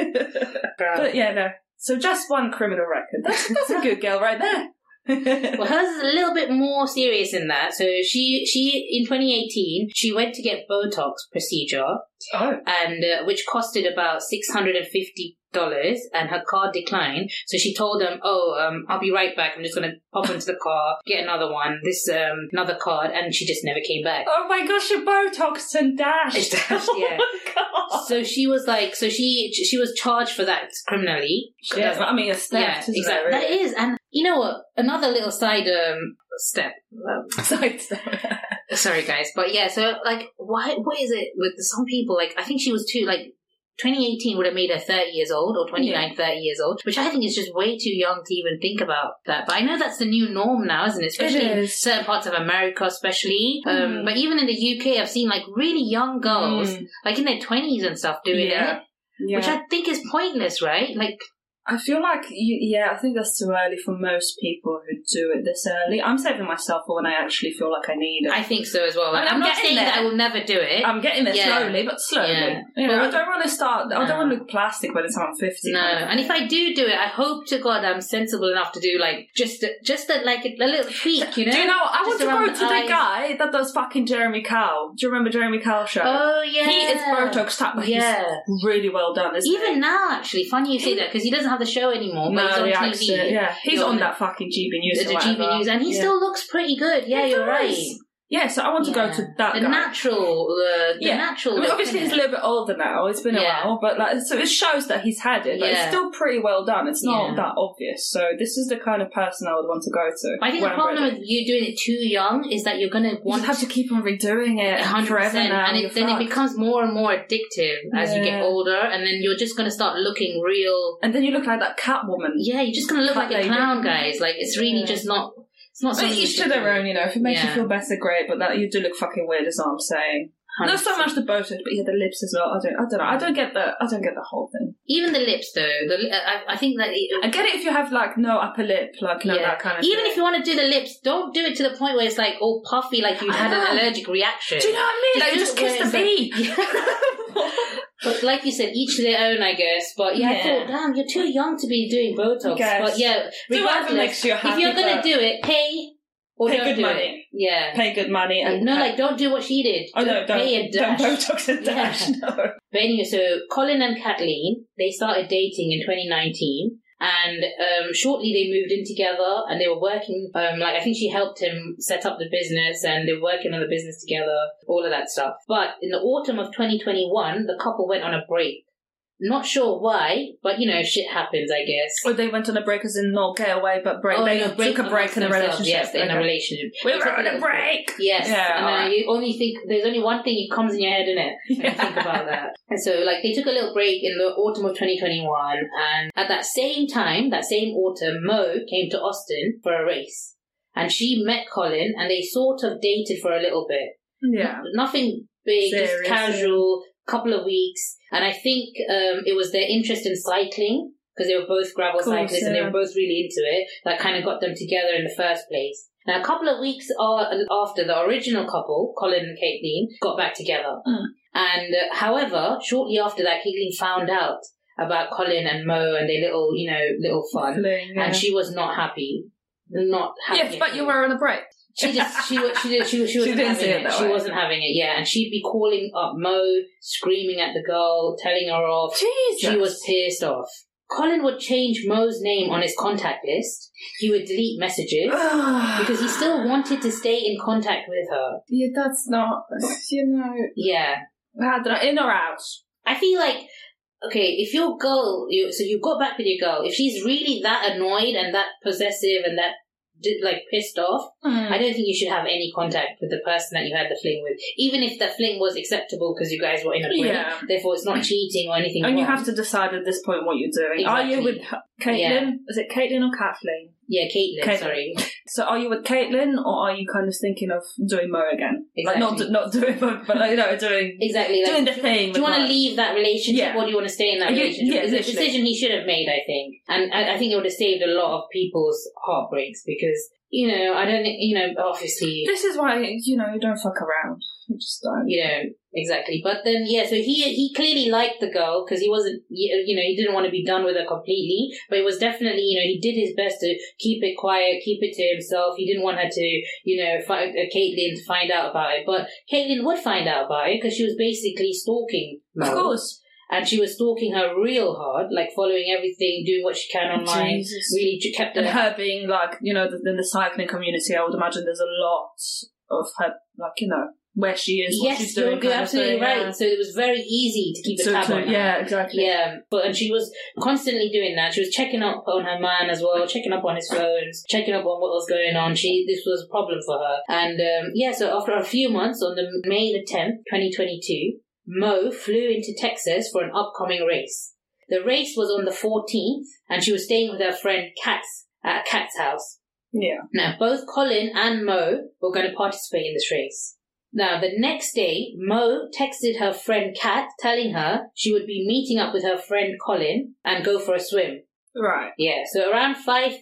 Speaker 2: but yeah, no. So just one criminal record. That's, that's a good girl right there.
Speaker 3: Well, hers is a little bit more serious than that. So she she in 2018 she went to get Botox procedure,
Speaker 2: oh,
Speaker 3: and uh, which costed about six hundred and fifty dollars, and her card declined. So she told them, "Oh, um, I'll be right back. I'm just gonna pop into the car, get another one, this um, another card," and she just never came back.
Speaker 2: oh my gosh, a Botox and dash.
Speaker 3: It's dashed, yeah.
Speaker 2: Oh my God.
Speaker 3: So she was like, so she she was charged for that criminally.
Speaker 2: Yeah, I mean, it's theft, isn't
Speaker 3: exact-
Speaker 2: it?
Speaker 3: That is, and you know what? Another little side um step. Um,
Speaker 2: Side step.
Speaker 3: sorry, guys, but yeah. So like, why? What is it with some people? Like, I think she was too like. 2018 would have made her 30 years old or 29, 30 years old, which I think is just way too young to even think about that. But I know that's the new norm now, isn't it? Especially in
Speaker 2: is.
Speaker 3: certain parts of America, especially. Um,
Speaker 2: Mm.
Speaker 3: But even in the UK, I've seen like really young girls,
Speaker 2: Mm.
Speaker 3: like in their 20s and stuff, doing it.
Speaker 2: Yeah. Yeah.
Speaker 3: Oh. Which I think is pointless, right? Like,
Speaker 2: I feel like, you, yeah, I think that's too early for most people who do it this early. I'm saving myself for when I actually feel like I need it.
Speaker 3: I think so as well. Like,
Speaker 2: I'm
Speaker 3: I'm,
Speaker 2: not
Speaker 3: not saying
Speaker 2: getting
Speaker 3: that I
Speaker 2: there.
Speaker 3: will never do it.
Speaker 2: I'm getting there
Speaker 3: Yeah.
Speaker 2: slowly, but slowly.
Speaker 3: Yeah.
Speaker 2: You know,
Speaker 3: Well,
Speaker 2: I don't want to start. I
Speaker 3: No.
Speaker 2: don't want to look plastic by the time I'm fifty.
Speaker 3: no, and if I do do it, I hope to God I'm sensible enough to do like just a, just a, like a, little peek, you know?
Speaker 2: Do you know? I want
Speaker 3: Just
Speaker 2: to
Speaker 3: around
Speaker 2: go
Speaker 3: the
Speaker 2: to the
Speaker 3: eyes.
Speaker 2: guy that does fucking Jeremy Cow. Do you remember Jeremy Cow show?
Speaker 3: Oh yeah,
Speaker 2: He is Botox type, but
Speaker 3: Yeah.
Speaker 2: he's really well done. Isn't
Speaker 3: Even now, actually, funny you say that because he doesn't have the show anymore,
Speaker 2: he?
Speaker 3: but he's
Speaker 2: no,
Speaker 3: on
Speaker 2: the
Speaker 3: TV.
Speaker 2: accent. Yeah, he's
Speaker 3: You're
Speaker 2: on
Speaker 3: on
Speaker 2: that fucking GB News.
Speaker 3: The
Speaker 2: or whatever.
Speaker 3: GB News, and he
Speaker 2: yeah.
Speaker 3: still looks pretty good. Yeah,
Speaker 2: He
Speaker 3: you're
Speaker 2: does.
Speaker 3: right.
Speaker 2: Yeah, so I want to
Speaker 3: Yeah.
Speaker 2: go to that
Speaker 3: The
Speaker 2: guy.
Speaker 3: natural, uh, the, the
Speaker 2: Yeah. I
Speaker 3: natural.
Speaker 2: mean,
Speaker 3: look,
Speaker 2: obviously, he's
Speaker 3: innit?
Speaker 2: a little bit older now. It's been
Speaker 3: Yeah.
Speaker 2: a while, but like, so it shows that he's had it. But
Speaker 3: Yeah.
Speaker 2: it's still pretty well done. It's not
Speaker 3: Yeah.
Speaker 2: that obvious. So this is the kind of person I would want to go to.
Speaker 3: I think
Speaker 2: when
Speaker 3: the
Speaker 2: I'm
Speaker 3: problem
Speaker 2: ready.
Speaker 3: with you doing it too young is that you're going to
Speaker 2: you
Speaker 3: want
Speaker 2: just have to keep on redoing it
Speaker 3: hundred
Speaker 2: forever
Speaker 3: percent,
Speaker 2: now.
Speaker 3: and
Speaker 2: you're
Speaker 3: it, then it
Speaker 2: fucked.
Speaker 3: becomes more and more addictive as you get
Speaker 2: Yeah.
Speaker 3: older, and then you're just gonna start looking real.
Speaker 2: and then you look like that Catwoman.
Speaker 3: Yeah, you're just gonna look
Speaker 2: Cut
Speaker 3: like a
Speaker 2: lady.
Speaker 3: clown, guys. Like it's really
Speaker 2: Yeah.
Speaker 3: just not. It's not
Speaker 2: I mean,
Speaker 3: something.
Speaker 2: each to their own, you know. If it makes
Speaker 3: Yeah.
Speaker 2: you feel better, great. But that you do look fucking weird, is all I'm saying. Not so much the Botox, but yeah, the lips as well. I don't, I don't know. I don't get the, I don't get the whole thing.
Speaker 3: Even the lips, though. The, li- I, I think that. It,
Speaker 2: I get it if you have like no upper lip, like no that kind of.
Speaker 3: Even
Speaker 2: thing.
Speaker 3: if you want to do the lips, don't do it to the point where it's like all puffy, like you had
Speaker 2: Ah.
Speaker 3: an allergic reaction.
Speaker 2: do you know what I mean? Like, you just
Speaker 3: where
Speaker 2: kiss the
Speaker 3: it's like-
Speaker 2: bee.
Speaker 3: But like you said, each their own, I guess. But yeah, I
Speaker 2: Yeah.
Speaker 3: thought, damn, you're too young to be doing Botox.
Speaker 2: Yes.
Speaker 3: But yeah,
Speaker 2: Do whatever
Speaker 3: regardless,
Speaker 2: makes you
Speaker 3: if
Speaker 2: happy,
Speaker 3: you're gonna
Speaker 2: but-
Speaker 3: do it, pay or
Speaker 2: Pay
Speaker 3: don't
Speaker 2: good
Speaker 3: do
Speaker 2: money.
Speaker 3: it. Yeah,
Speaker 2: Pay good money and
Speaker 3: no, like don't do what she did.
Speaker 2: oh no, don't,
Speaker 3: pay a
Speaker 2: don't
Speaker 3: dash.
Speaker 2: Botox and
Speaker 3: Yeah.
Speaker 2: dash. No.
Speaker 3: But anyway, so Colin and Kathleen they started dating in 2019. And um, shortly they moved in together and they were working, um, like I think she helped him set up the business and they were working on the business together, all of that stuff. But in the autumn of 2021, the couple went on a break. Not sure why, but you know, shit happens, I guess.
Speaker 2: Or they went on a break as in not get away, but Oh, break.
Speaker 3: Oh,
Speaker 2: they
Speaker 3: no,
Speaker 2: took a
Speaker 3: amongst
Speaker 2: break in a
Speaker 3: themselves,
Speaker 2: relationship.
Speaker 3: Yes, in a
Speaker 2: Okay.
Speaker 3: relationship.
Speaker 2: We
Speaker 3: They took
Speaker 2: were on a
Speaker 3: little
Speaker 2: break.
Speaker 3: Yes,
Speaker 2: Yeah,
Speaker 3: and uh,
Speaker 2: alright.
Speaker 3: you only think there's only one thing that comes in your head, innit? When you think about that. And so, like, they took a little break in the autumn of 2021, and at that same time, that same autumn, Mo came to Austin for a race, and she met Colin, and they sort of dated for a little bit.
Speaker 2: Yeah.
Speaker 3: Nothing big,
Speaker 2: Serious,
Speaker 3: just casual, couple of weeks, and I think um, it was their interest in cycling. Because they were both gravel
Speaker 2: Course,
Speaker 3: cyclists and they
Speaker 2: yeah.
Speaker 3: were both really into it, that kind of got them together in the first place. Now, a couple of weeks a- after the original couple, Colin and Caitlin, got back together.
Speaker 2: Mm.
Speaker 3: And uh, however, shortly after that, Caitlin found out about Colin and Mo and their little, you know, little fun,
Speaker 2: Fling, yeah.
Speaker 3: and she was not happy. Not happy.
Speaker 2: Yes, but you were on a break.
Speaker 3: She just she wa- she did, she, she
Speaker 2: She
Speaker 3: wasn't
Speaker 2: didn't
Speaker 3: having
Speaker 2: say it
Speaker 3: it.
Speaker 2: that
Speaker 3: she
Speaker 2: way.
Speaker 3: wasn't having it. Yeah, and she'd be calling up Mo, screaming at the girl, telling her off.
Speaker 2: Jesus.
Speaker 3: She was pissed off. Colin would change Mo's name on his contact list. He would delete messages because he still wanted to stay in contact with her.
Speaker 2: Yeah, that's not. You know,
Speaker 3: Yeah.
Speaker 2: I don't know, in or out.
Speaker 3: I feel like, okay, if your girl, you, so you got back with your girl, if she's really that annoyed and that possessive and that di- like pissed off, I don't think you should have any contact with the person that you had the fling with, even if the fling was acceptable because you guys were in a break.
Speaker 2: Yeah.
Speaker 3: Therefore, it's not cheating or anything.
Speaker 2: And you
Speaker 3: wrong.
Speaker 2: have to decide at this point what you're doing. Are you with
Speaker 3: Exactly.
Speaker 2: Caitlin?
Speaker 3: Yeah.
Speaker 2: Is it Caitlin or Kathleen?
Speaker 3: yeah, Caitlin.
Speaker 2: Caitlin.
Speaker 3: Sorry,
Speaker 2: So are you with Caitlin, or are you kind of thinking of doing Mo again? Like
Speaker 3: Exactly.
Speaker 2: not not doing Mo, but like, you know, doing
Speaker 3: exactly. Like,
Speaker 2: doing the thing.
Speaker 3: do you
Speaker 2: with
Speaker 3: want
Speaker 2: Mo.
Speaker 3: to leave that relationship
Speaker 2: Yeah.
Speaker 3: or do you want to stay in that
Speaker 2: Yeah,
Speaker 3: relationship?
Speaker 2: yeah,
Speaker 3: it's a
Speaker 2: literally.
Speaker 3: decision he should have made, I think. And I, I think it would have saved a lot of people's heartbreaks because you know, I don't, you know, obviously,
Speaker 2: This is why you know you don't fuck around. You just don't.
Speaker 3: you know, exactly. But then, yeah, so he he clearly liked the girl because he wasn't, you you know, he didn't want to be done with her completely. But it was definitely, you know, he did his best to keep it quiet, keep it to himself. He didn't want her to, you know, fi- uh, Caitlyn to find out about it. But Caitlyn would find out about it because she was basically stalking. Mo.
Speaker 2: Of course.
Speaker 3: And she was stalking her real hard, like following everything, doing what she can online.
Speaker 2: Jesus.
Speaker 3: Really j- kept
Speaker 2: And
Speaker 3: her
Speaker 2: her being like, you know, the, in the cycling community, I would imagine there's a lot of her, like, you know, where she is, what she's
Speaker 3: Yes,
Speaker 2: doing.
Speaker 3: you're good,
Speaker 2: kind of
Speaker 3: absolutely
Speaker 2: thing,
Speaker 3: right.
Speaker 2: yeah.
Speaker 3: So it was very easy to keep a
Speaker 2: So
Speaker 3: tab
Speaker 2: clear-
Speaker 3: on her.
Speaker 2: yeah, exactly.
Speaker 3: Yeah, but and she was constantly doing that. She was checking up on her man as well, checking up on his phones, checking up on what was going on. She this was a problem for her, and um, yeah. So after a few months, on the May the tenth, twenty twenty two, Mo flew into Texas for an upcoming race. The race was on the fourteenth, and she was staying with her friend Kat's at Kat's house.
Speaker 2: Yeah.
Speaker 3: Now, both Colin and Mo were going to participate in this race. Now, the next day, Mo texted her friend Kat, telling her she would be meeting up with her friend Colin and go for a swim.
Speaker 2: Right.
Speaker 3: Yeah, so around 5.30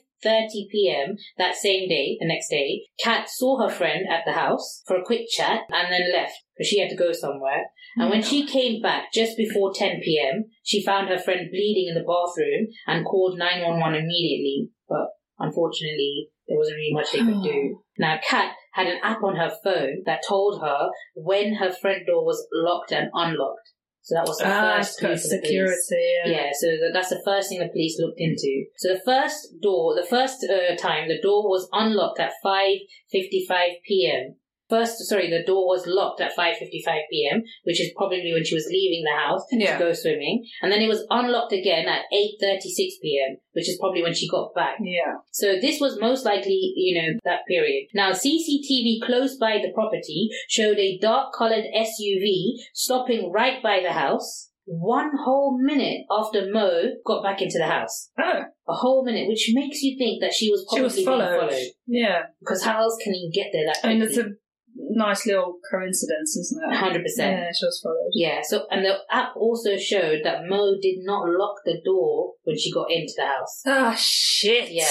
Speaker 3: p.m. that same day, the next day, Kat saw her friend at the house for a quick chat and then left because she had to go somewhere. And when she came back just before 10 p.m., she found her friend bleeding in the bathroom and called 911 immediately. But unfortunately, there wasn't really much they could do. Now, Kat had an app on her phone that told her when her front door was locked and unlocked. So that was the
Speaker 2: Ah,
Speaker 3: first
Speaker 2: it's got
Speaker 3: clue for the police.
Speaker 2: security. Yeah.
Speaker 3: Yeah, so th- that's the first thing the police looked into. So the first door, the first uh, time the door was unlocked at 5:55 p.m. First, sorry, the door was locked at 5:55 p.m., which is probably when she was leaving the house
Speaker 2: Yeah.
Speaker 3: to go swimming, and then it was unlocked again at 8:36 p.m., which is probably when she got back.
Speaker 2: Yeah.
Speaker 3: So this was most likely, you know, that period. Now, CCTV close by the property showed a dark-colored SUV stopping right by the house one whole minute after Mo got back into the house.
Speaker 2: Oh,
Speaker 3: A whole minute, which makes you think that she was
Speaker 2: she
Speaker 3: probably
Speaker 2: was
Speaker 3: being
Speaker 2: followed.
Speaker 3: followed.
Speaker 2: Yeah.
Speaker 3: Because how else can you get there that
Speaker 2: I
Speaker 3: quickly?
Speaker 2: mean, it's a nice little coincidence, isn't it?
Speaker 3: 100%.
Speaker 2: Yeah, she was followed.
Speaker 3: Yeah, so and the app also showed that Mo did not lock the door when she got into the house.
Speaker 2: Ah, shit.
Speaker 3: Yeah.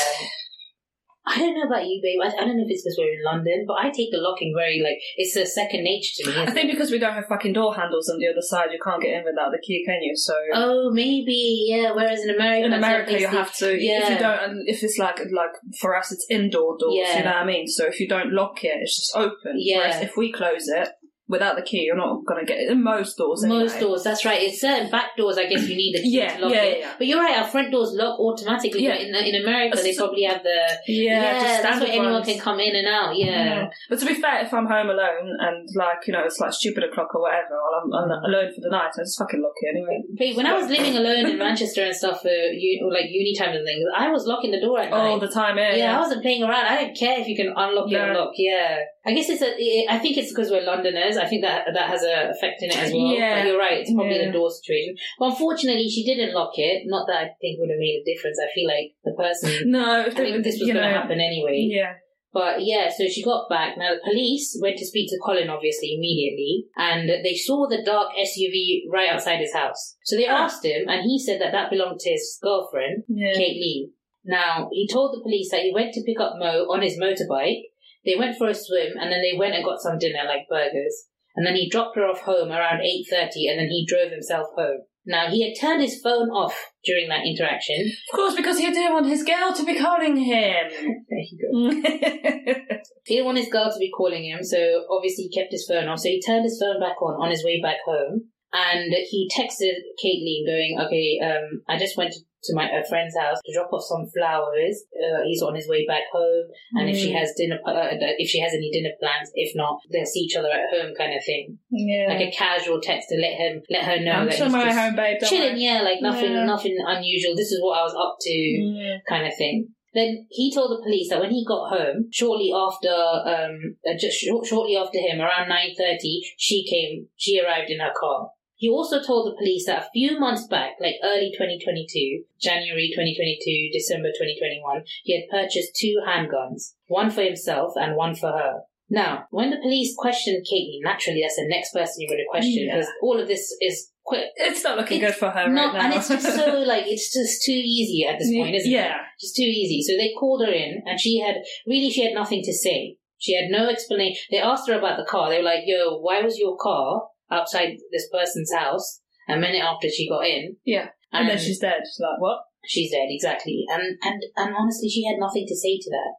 Speaker 3: I don't know about you, babe. I, I don't know if it's because we're in London, but I take the locking very like it's a second nature to me.
Speaker 2: I
Speaker 3: isn't
Speaker 2: think
Speaker 3: it?
Speaker 2: because we don't have fucking door handles on the other side, you can't get in without the key, can you? So
Speaker 3: Oh, maybe yeah. Whereas in America,
Speaker 2: in
Speaker 3: it's
Speaker 2: America, you
Speaker 3: obviously-
Speaker 2: have to. If you
Speaker 3: Yeah.
Speaker 2: don't, and if it's like like for us, it's indoor doors.
Speaker 3: Yeah.
Speaker 2: You know what I mean? So if you don't lock it, it's just open.
Speaker 3: Yeah.
Speaker 2: Whereas if we close it without the key, you're not gonna get it in most doors. Anyway.
Speaker 3: Most doors, that's right. It's certain back doors, I guess you need the key
Speaker 2: Yeah,
Speaker 3: to lock
Speaker 2: yeah,
Speaker 3: it.
Speaker 2: yeah.
Speaker 3: But you're right, our front doors lock automatically.
Speaker 2: Yeah.
Speaker 3: But in, in America, they
Speaker 2: That's-
Speaker 3: probably have the.
Speaker 2: Yeah, just
Speaker 3: that's
Speaker 2: standard
Speaker 3: where anyone
Speaker 2: ones.
Speaker 3: can come in and out, yeah.
Speaker 2: Yeah. But to be fair, if I'm home alone and like you know it's like stupid o'clock or whatever, or I'm, I'm
Speaker 3: Mm.
Speaker 2: alone for the night, I just fucking lock it anyway.
Speaker 3: But when I was living alone in Manchester and stuff for uni, or like uni times and things, I was locking Oh, the door at night.
Speaker 2: All the time, yeah.
Speaker 3: Yeah, I wasn't playing around. I don't care if you can unlock your
Speaker 2: No.
Speaker 3: lock. Yeah, I guess it's a. it- I think it's because we're Londoners. I think that that has a effect in it as well.
Speaker 2: Yeah.
Speaker 3: But you're right. It's probably
Speaker 2: Yeah.
Speaker 3: the door situation. But unfortunately, she didn't lock it. Not that I think would have made a difference. I feel like the person.
Speaker 2: No,
Speaker 3: I
Speaker 2: if they-
Speaker 3: think this was
Speaker 2: you
Speaker 3: going to
Speaker 2: know,
Speaker 3: happen anyway.
Speaker 2: Yeah.
Speaker 3: But yeah, so she got back. Now the police went to speak to Colin, obviously, immediately, and they saw the dark SUV right outside his house. So they
Speaker 2: Ah.
Speaker 3: asked him, and he said that that belonged to his girlfriend.
Speaker 2: Yeah.
Speaker 3: Kate Lee. Now, he told the police that he went to pick up Mo on his motorbike. They went for a swim and then they went and got some dinner like burgers. And then he dropped her off home around 8:30 and then he drove himself home. Now, he had turned his phone off during that interaction.
Speaker 2: Of course, because he didn't want his girl to be calling him.
Speaker 3: There you go. He didn't want his girl to be calling him, so obviously he kept his phone off. So he turned his phone back on on his way back home, and he texted Caitlin, going, "Okay, um, I just went to, to my a friend's house to drop off some flowers. Uh, he's on his way back home, and if she
Speaker 2: Mm.
Speaker 3: has dinner, uh, if she has any dinner plans, if not, they'll see each other at home, kind of thing.
Speaker 2: yeah.
Speaker 3: Like a casual text to let him let her know
Speaker 2: I'm
Speaker 3: that
Speaker 2: sure
Speaker 3: he's
Speaker 2: my
Speaker 3: just
Speaker 2: home, babe. Don't
Speaker 3: chilling,
Speaker 2: worry.
Speaker 3: yeah, like nothing,
Speaker 2: Yeah.
Speaker 3: nothing unusual. This is what I was up to."
Speaker 2: Yeah.
Speaker 3: kind of thing. Then he told the police that when he got home, shortly after, um, uh, just shor- shortly after him, around nine thirty, she came. She arrived in her car. He also told the police that a few months back, like early 2022, January 2022, December 2021, he had purchased two handguns, one for himself and one for her. Now, when the police questioned Caitlin, naturally that's the next person you're going to question
Speaker 2: Yeah.
Speaker 3: because all of this is quit.
Speaker 2: It's not looking
Speaker 3: It-
Speaker 2: good for her
Speaker 3: No,
Speaker 2: right now.
Speaker 3: and it's just so like it's just too easy at this point, isn't it?
Speaker 2: yeah.
Speaker 3: Just too easy. So they called her in, and she had really she had nothing to say. She had no explanation. They asked her about the car. They were like, "Yo, why was your car outside this person's house?" A minute after she got in,
Speaker 2: Yeah. And, then she's dead. She's like, what?
Speaker 3: She's dead, exactly. And and and honestly, she had nothing to say to that.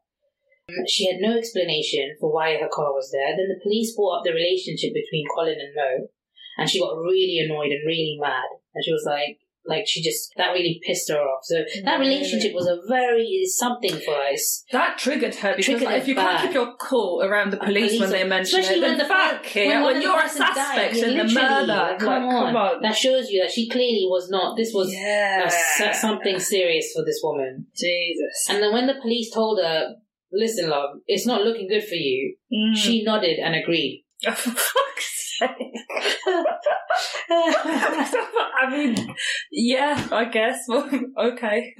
Speaker 3: Um, She had no explanation for why her car was there. Then the police brought up the relationship between Colin and Mo, and she got really annoyed and really mad. And she was like, like she just that really pissed her off. So that
Speaker 2: Really?
Speaker 3: relationship was a very is something for us.
Speaker 2: That triggered her because
Speaker 3: Triggered
Speaker 2: like, if
Speaker 3: her
Speaker 2: you
Speaker 3: back.
Speaker 2: can't keep your cool around the
Speaker 3: Uh,
Speaker 2: police,
Speaker 3: police
Speaker 2: when they
Speaker 3: are-
Speaker 2: mention
Speaker 3: especially
Speaker 2: it,
Speaker 3: when
Speaker 2: then
Speaker 3: the
Speaker 2: fuck
Speaker 3: fact-
Speaker 2: here,
Speaker 3: when
Speaker 2: when,
Speaker 3: one of the
Speaker 2: you're a
Speaker 3: person died,
Speaker 2: suspect
Speaker 3: yeah,
Speaker 2: and the
Speaker 3: literally,
Speaker 2: murder.
Speaker 3: come
Speaker 2: like,
Speaker 3: on. That shows you that she clearly was not. This was
Speaker 2: yeah.
Speaker 3: uh, so- something serious for this woman.
Speaker 2: Jesus.
Speaker 3: And then when the police told her, listen, love, it's not looking good for you,
Speaker 2: Mm. Oh,
Speaker 3: she nodded and agreed.
Speaker 2: For fuck's sake. I mean, yeah, I guess. Well, okay.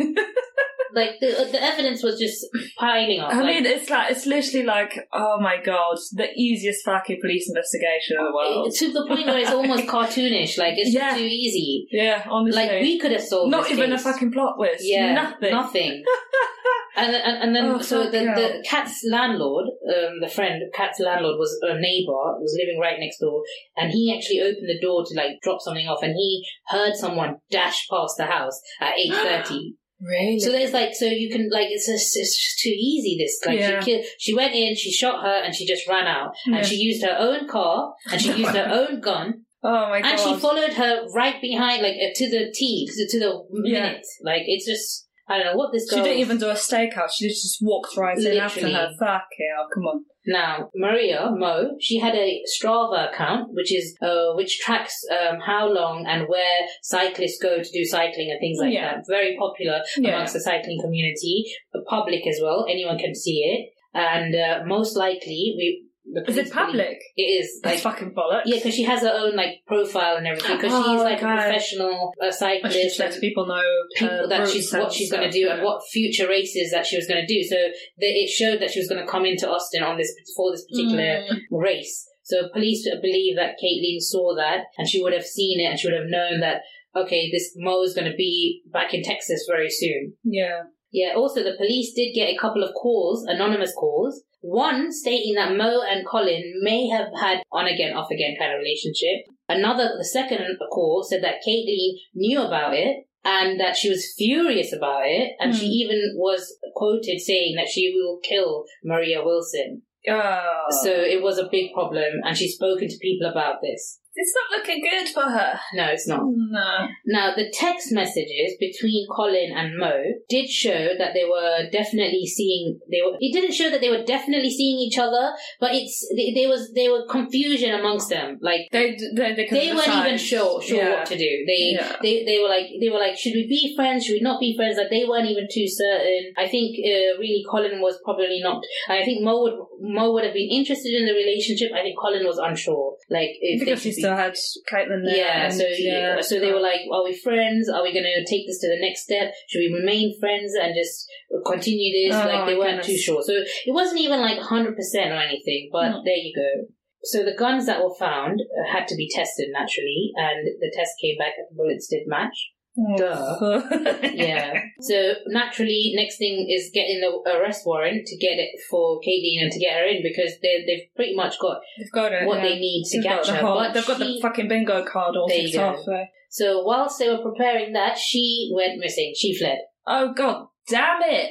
Speaker 3: like, the, the evidence was just piling up.
Speaker 2: I
Speaker 3: like,
Speaker 2: mean, it's like it's literally like, oh my god, the easiest fucking police investigation in the world.
Speaker 3: to the point where it's almost cartoonish. Like, it's
Speaker 2: Yeah.
Speaker 3: just too easy.
Speaker 2: Yeah, honestly,
Speaker 3: Like, we could have solved
Speaker 2: not
Speaker 3: this
Speaker 2: even
Speaker 3: case.
Speaker 2: a fucking plot twist.
Speaker 3: Yeah,
Speaker 2: nothing.
Speaker 3: Nothing. and, and and then
Speaker 2: Oh,
Speaker 3: so the,
Speaker 2: fucking
Speaker 3: the cat's landlord, um, the friend of cat's landlord was a neighbor, was living right next door, and he actually opened the door to like drop something off, and he heard someone dash past the house at eight thirty.
Speaker 2: Really?
Speaker 3: so there's like so you can like it's just, it's just too easy. This like
Speaker 2: Yeah.
Speaker 3: she killed, she went in, she shot her, and she just ran out,
Speaker 2: Yeah.
Speaker 3: and she used her own car, and she used her own gun,
Speaker 2: oh my god.
Speaker 3: and she followed her right behind, like uh, to the T, to, to the
Speaker 2: Yeah.
Speaker 3: minute. Like it's just, I don't know what this
Speaker 2: She
Speaker 3: girl.
Speaker 2: didn't even do a stakeout. She just walked right in after
Speaker 3: Literally.
Speaker 2: her. Fuck hell, come on.
Speaker 3: Now Maria Mo, she had a Strava account, which is uh, which tracks um, how long and where cyclists go to do cycling and things like
Speaker 2: Yeah.
Speaker 3: that. Very popular
Speaker 2: Yeah.
Speaker 3: amongst the cycling community, the public as well. Anyone can see it, and uh, most likely we. the
Speaker 2: Is
Speaker 3: police
Speaker 2: it public?
Speaker 3: believe- It is.
Speaker 2: That's
Speaker 3: like,
Speaker 2: fucking bollocks.
Speaker 3: yeah, because she has her own like profile and everything. Because
Speaker 2: Oh,
Speaker 3: she's like a
Speaker 2: okay.
Speaker 3: professional uh,
Speaker 2: I
Speaker 3: cyclist.
Speaker 2: should just let
Speaker 3: and-
Speaker 2: people know
Speaker 3: people
Speaker 2: uh,
Speaker 3: that
Speaker 2: routes
Speaker 3: she's
Speaker 2: and
Speaker 3: what she's going to
Speaker 2: stuff.
Speaker 3: do and what future races that she was going to do. So they, it showed that she was going to come into Austin on this for this particular
Speaker 2: Mm.
Speaker 3: race. So police believe that Caitlin saw that and she would have seen it and she would have known that okay, this Mo is going to be back in Texas very soon.
Speaker 2: Yeah.
Speaker 3: Yeah. Also, the police did get a couple of calls, anonymous calls. One stating that Mo and Colin may have had on again, off again kind of relationship. Another, the second call said that Caitlyn knew about it and that she was furious about it, and she even was quoted saying that she will kill Maria Wilson.
Speaker 2: Oh.
Speaker 3: So it was a big problem, and she's spoken to people about this.
Speaker 2: it's not looking good for her.
Speaker 3: No, it's not.
Speaker 2: No.
Speaker 3: Now, the text messages between Colin and Mo did show that they were definitely seeing. They were. It didn't show that they were definitely seeing each other, but it's they- there was there were confusion amongst them. Like
Speaker 2: They they they, couldn't
Speaker 3: they weren't
Speaker 2: decide.
Speaker 3: even sure sure
Speaker 2: Yeah.
Speaker 3: what to do. They
Speaker 2: Yeah.
Speaker 3: they they were like they were like should we be friends? Should we not be friends? Like they weren't even too certain. I think uh, really Colin was probably not. I think Mo would Mo would have been interested in the relationship. I think Colin was unsure. Like if they
Speaker 2: Because she
Speaker 3: should be
Speaker 2: still had Caitlin there.
Speaker 3: yeah,
Speaker 2: and-
Speaker 3: so yeah, so they were like, "Are we friends? Are we going to take this to the next step? Should we remain friends and just continue this?"
Speaker 2: Oh,
Speaker 3: like they
Speaker 2: my
Speaker 3: weren't too
Speaker 2: goodness.
Speaker 3: sure. So it wasn't even like hundred percent or anything. But
Speaker 2: No.
Speaker 3: there you go. So the guns that were found uh, had to be tested naturally, and the test came back that the bullets did match.
Speaker 2: Oh.
Speaker 3: Yeah. so naturally, next thing is getting the arrest warrant to get it for Caitlyn and to get her in because they they've pretty much got
Speaker 2: They've got it.
Speaker 3: what
Speaker 2: yeah.
Speaker 3: they need to
Speaker 2: They've got
Speaker 3: catch
Speaker 2: the
Speaker 3: her.
Speaker 2: whole-
Speaker 3: but
Speaker 2: they've got
Speaker 3: she-
Speaker 2: the fucking bingo card all
Speaker 3: There you
Speaker 2: ticked
Speaker 3: go.
Speaker 2: off. there.
Speaker 3: So whilst they were preparing that, she went missing. She fled.
Speaker 2: Oh god, damn it!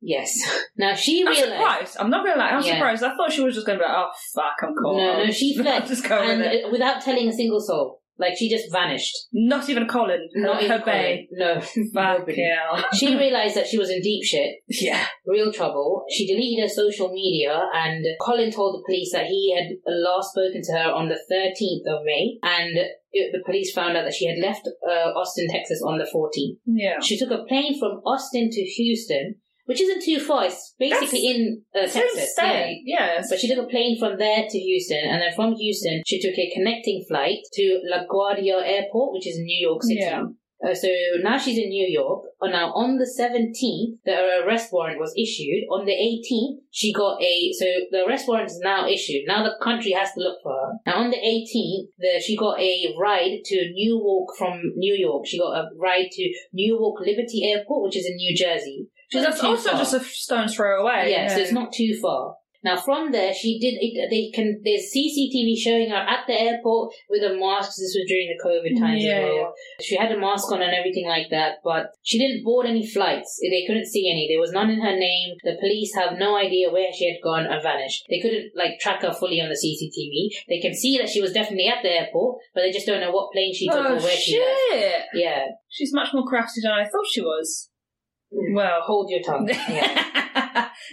Speaker 3: Yes. Now she
Speaker 2: I'm
Speaker 3: realized.
Speaker 2: surprised. I'm not gonna lie. I'm
Speaker 3: Yeah.
Speaker 2: surprised. I thought she was just gonna be like, oh fuck, I'm caught.
Speaker 3: No, no, she
Speaker 2: I'll
Speaker 3: fled,
Speaker 2: just go with
Speaker 3: and
Speaker 2: it.
Speaker 3: uh, without telling a single soul, like she just vanished.
Speaker 2: Not even Colin. Her,
Speaker 3: Not
Speaker 2: her
Speaker 3: even
Speaker 2: bae.
Speaker 3: No,
Speaker 2: Fuck
Speaker 3: nobody.
Speaker 2: yeah.
Speaker 3: She realized that she was in deep shit,
Speaker 2: Yeah.
Speaker 3: real trouble. She deleted her social media, and Colin told the police that he had last spoken to her on the 13th of May, and it, the police found out that she had left uh, Austin, Texas, on the 14th.
Speaker 2: Yeah.
Speaker 3: She took a plane from Austin to Houston, which isn't too far. It's basically
Speaker 2: That's-
Speaker 3: in uh,
Speaker 2: Same
Speaker 3: Texas. yeah.
Speaker 2: state. Yes.
Speaker 3: But Uh, she took a plane from there to Houston, and then from Houston, she took a connecting flight to LaGuardia Airport, which is in New York City.
Speaker 2: Yeah.
Speaker 3: Uh, so now she's in New York. Uh, now on the 17th, the arrest warrant was issued. On the 18th, she got a, so the arrest warrant is now issued. Now the country has to look for her. Now on the 18th, the, she got a ride to Newark from New York. She got a ride to Newark Liberty Airport, which is in New Jersey. Which
Speaker 2: So
Speaker 3: isn't
Speaker 2: that's
Speaker 3: too
Speaker 2: also
Speaker 3: far.
Speaker 2: just a stone's throw away.
Speaker 3: Yeah, so it's not too far. Now from there, she did. It, they can. There's CCTV showing her at the airport with a mask. 'cause This was during the COVID times
Speaker 2: Mm, Yeah,
Speaker 3: as well.
Speaker 2: yeah.
Speaker 3: She had a mask on and everything like that, but she didn't board any flights. They couldn't see any. There was none in her name. The police have no idea where she had gone or vanished. They couldn't like track her fully on the CCTV. They can see that she was definitely at the airport, but they just don't know what plane she took
Speaker 2: oh
Speaker 3: or where she left.
Speaker 2: shit!
Speaker 3: Yeah,
Speaker 2: She's much more crafty than I thought she was. Well,
Speaker 3: Mm. hold your tongue. Yeah.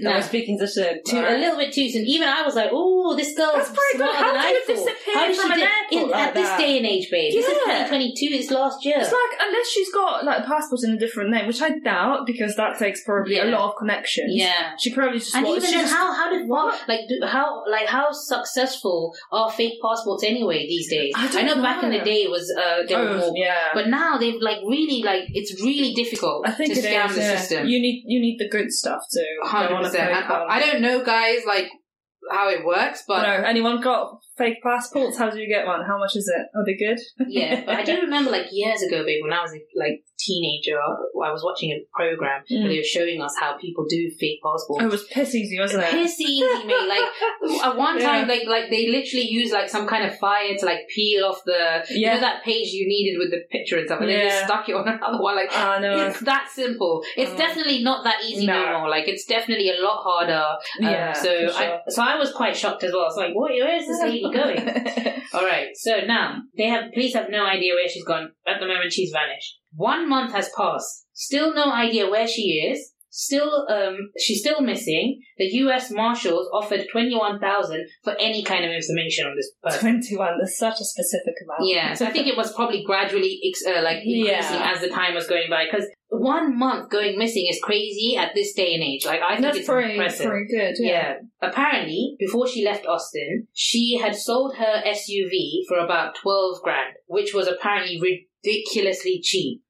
Speaker 2: now I'm speaking to shit.
Speaker 3: too, a little bit too soon. Even I was like, "Oh, this girl's
Speaker 2: That's pretty
Speaker 3: smarter
Speaker 2: good.
Speaker 3: than
Speaker 2: How do
Speaker 3: I
Speaker 2: you
Speaker 3: thought."
Speaker 2: disappear
Speaker 3: How did
Speaker 2: from an
Speaker 3: do-
Speaker 2: airport
Speaker 3: in-
Speaker 2: like
Speaker 3: at this
Speaker 2: that?
Speaker 3: day and age, babe? This is
Speaker 2: Yeah.
Speaker 3: 2022. It's last year.
Speaker 2: It's like unless she's got like a passport in a different name, which I doubt because that takes probably a
Speaker 3: Yeah.
Speaker 2: lot of connections.
Speaker 3: yeah.
Speaker 2: she probably just
Speaker 3: And
Speaker 2: wa-
Speaker 3: even
Speaker 2: she
Speaker 3: then,
Speaker 2: just-
Speaker 3: how how did what like do, how like how successful are fake passports anyway these days?
Speaker 2: I don't
Speaker 3: know, back in the
Speaker 2: know.
Speaker 3: day it was uh they were
Speaker 2: oh
Speaker 3: more,
Speaker 2: yeah.
Speaker 3: but now they've like really like it's really difficult
Speaker 2: I think
Speaker 3: to
Speaker 2: it
Speaker 3: scam
Speaker 2: is,
Speaker 3: the
Speaker 2: yeah.
Speaker 3: system.
Speaker 2: You need you need the good stuff to go
Speaker 4: hundred
Speaker 2: on a
Speaker 4: percent.
Speaker 2: fake
Speaker 4: And I,
Speaker 2: one.
Speaker 4: I don't know, guys, like how it works, but
Speaker 2: no, anyone got fake passports? How do you get one? How much is it? Are they good?
Speaker 3: yeah, but I do remember like years ago, babe, when I was a like teenager, I was watching a program
Speaker 2: Mm.
Speaker 3: where they were showing us how people do fake passports.
Speaker 2: Oh, it was piss easy, wasn't it?
Speaker 3: Piss easy, mate. Like at one time,
Speaker 2: Yeah.
Speaker 3: like like they literally use like some kind of fire to like peel off the you
Speaker 2: Yeah.
Speaker 3: know that page you needed with the picture and stuff, and then
Speaker 2: Yeah.
Speaker 3: just stuck it on another one. Like
Speaker 2: Ah, no.
Speaker 3: it's that simple. It's
Speaker 2: Mm.
Speaker 3: definitely not that easy no.
Speaker 2: No.
Speaker 3: more. Like it's definitely a lot harder. Um,
Speaker 2: Yeah,
Speaker 3: So
Speaker 2: for sure.
Speaker 3: I, so I was quite shocked as well. I was like, what? Where is this lady going? All right. So now they have police have no idea where she's gone. At the moment, she's vanished. One month has passed. Still no idea where she is. Still, um, she's still missing. The U.S. Marshals offered twenty-one thousand for any kind of information on this person.
Speaker 2: 21. That's such a specific amount.
Speaker 3: Yeah, so I think it was probably gradually ex- uh, like increasing
Speaker 2: Yeah.
Speaker 3: as the time was going by because one month going missing is crazy at this day and age. Like I think
Speaker 2: That's
Speaker 3: it's
Speaker 2: pretty,
Speaker 3: impressive.
Speaker 2: pretty good.
Speaker 3: Yeah. Apparently, before she left Austin, she had sold her SUV for about 12 grand, which was apparently ridiculously cheap.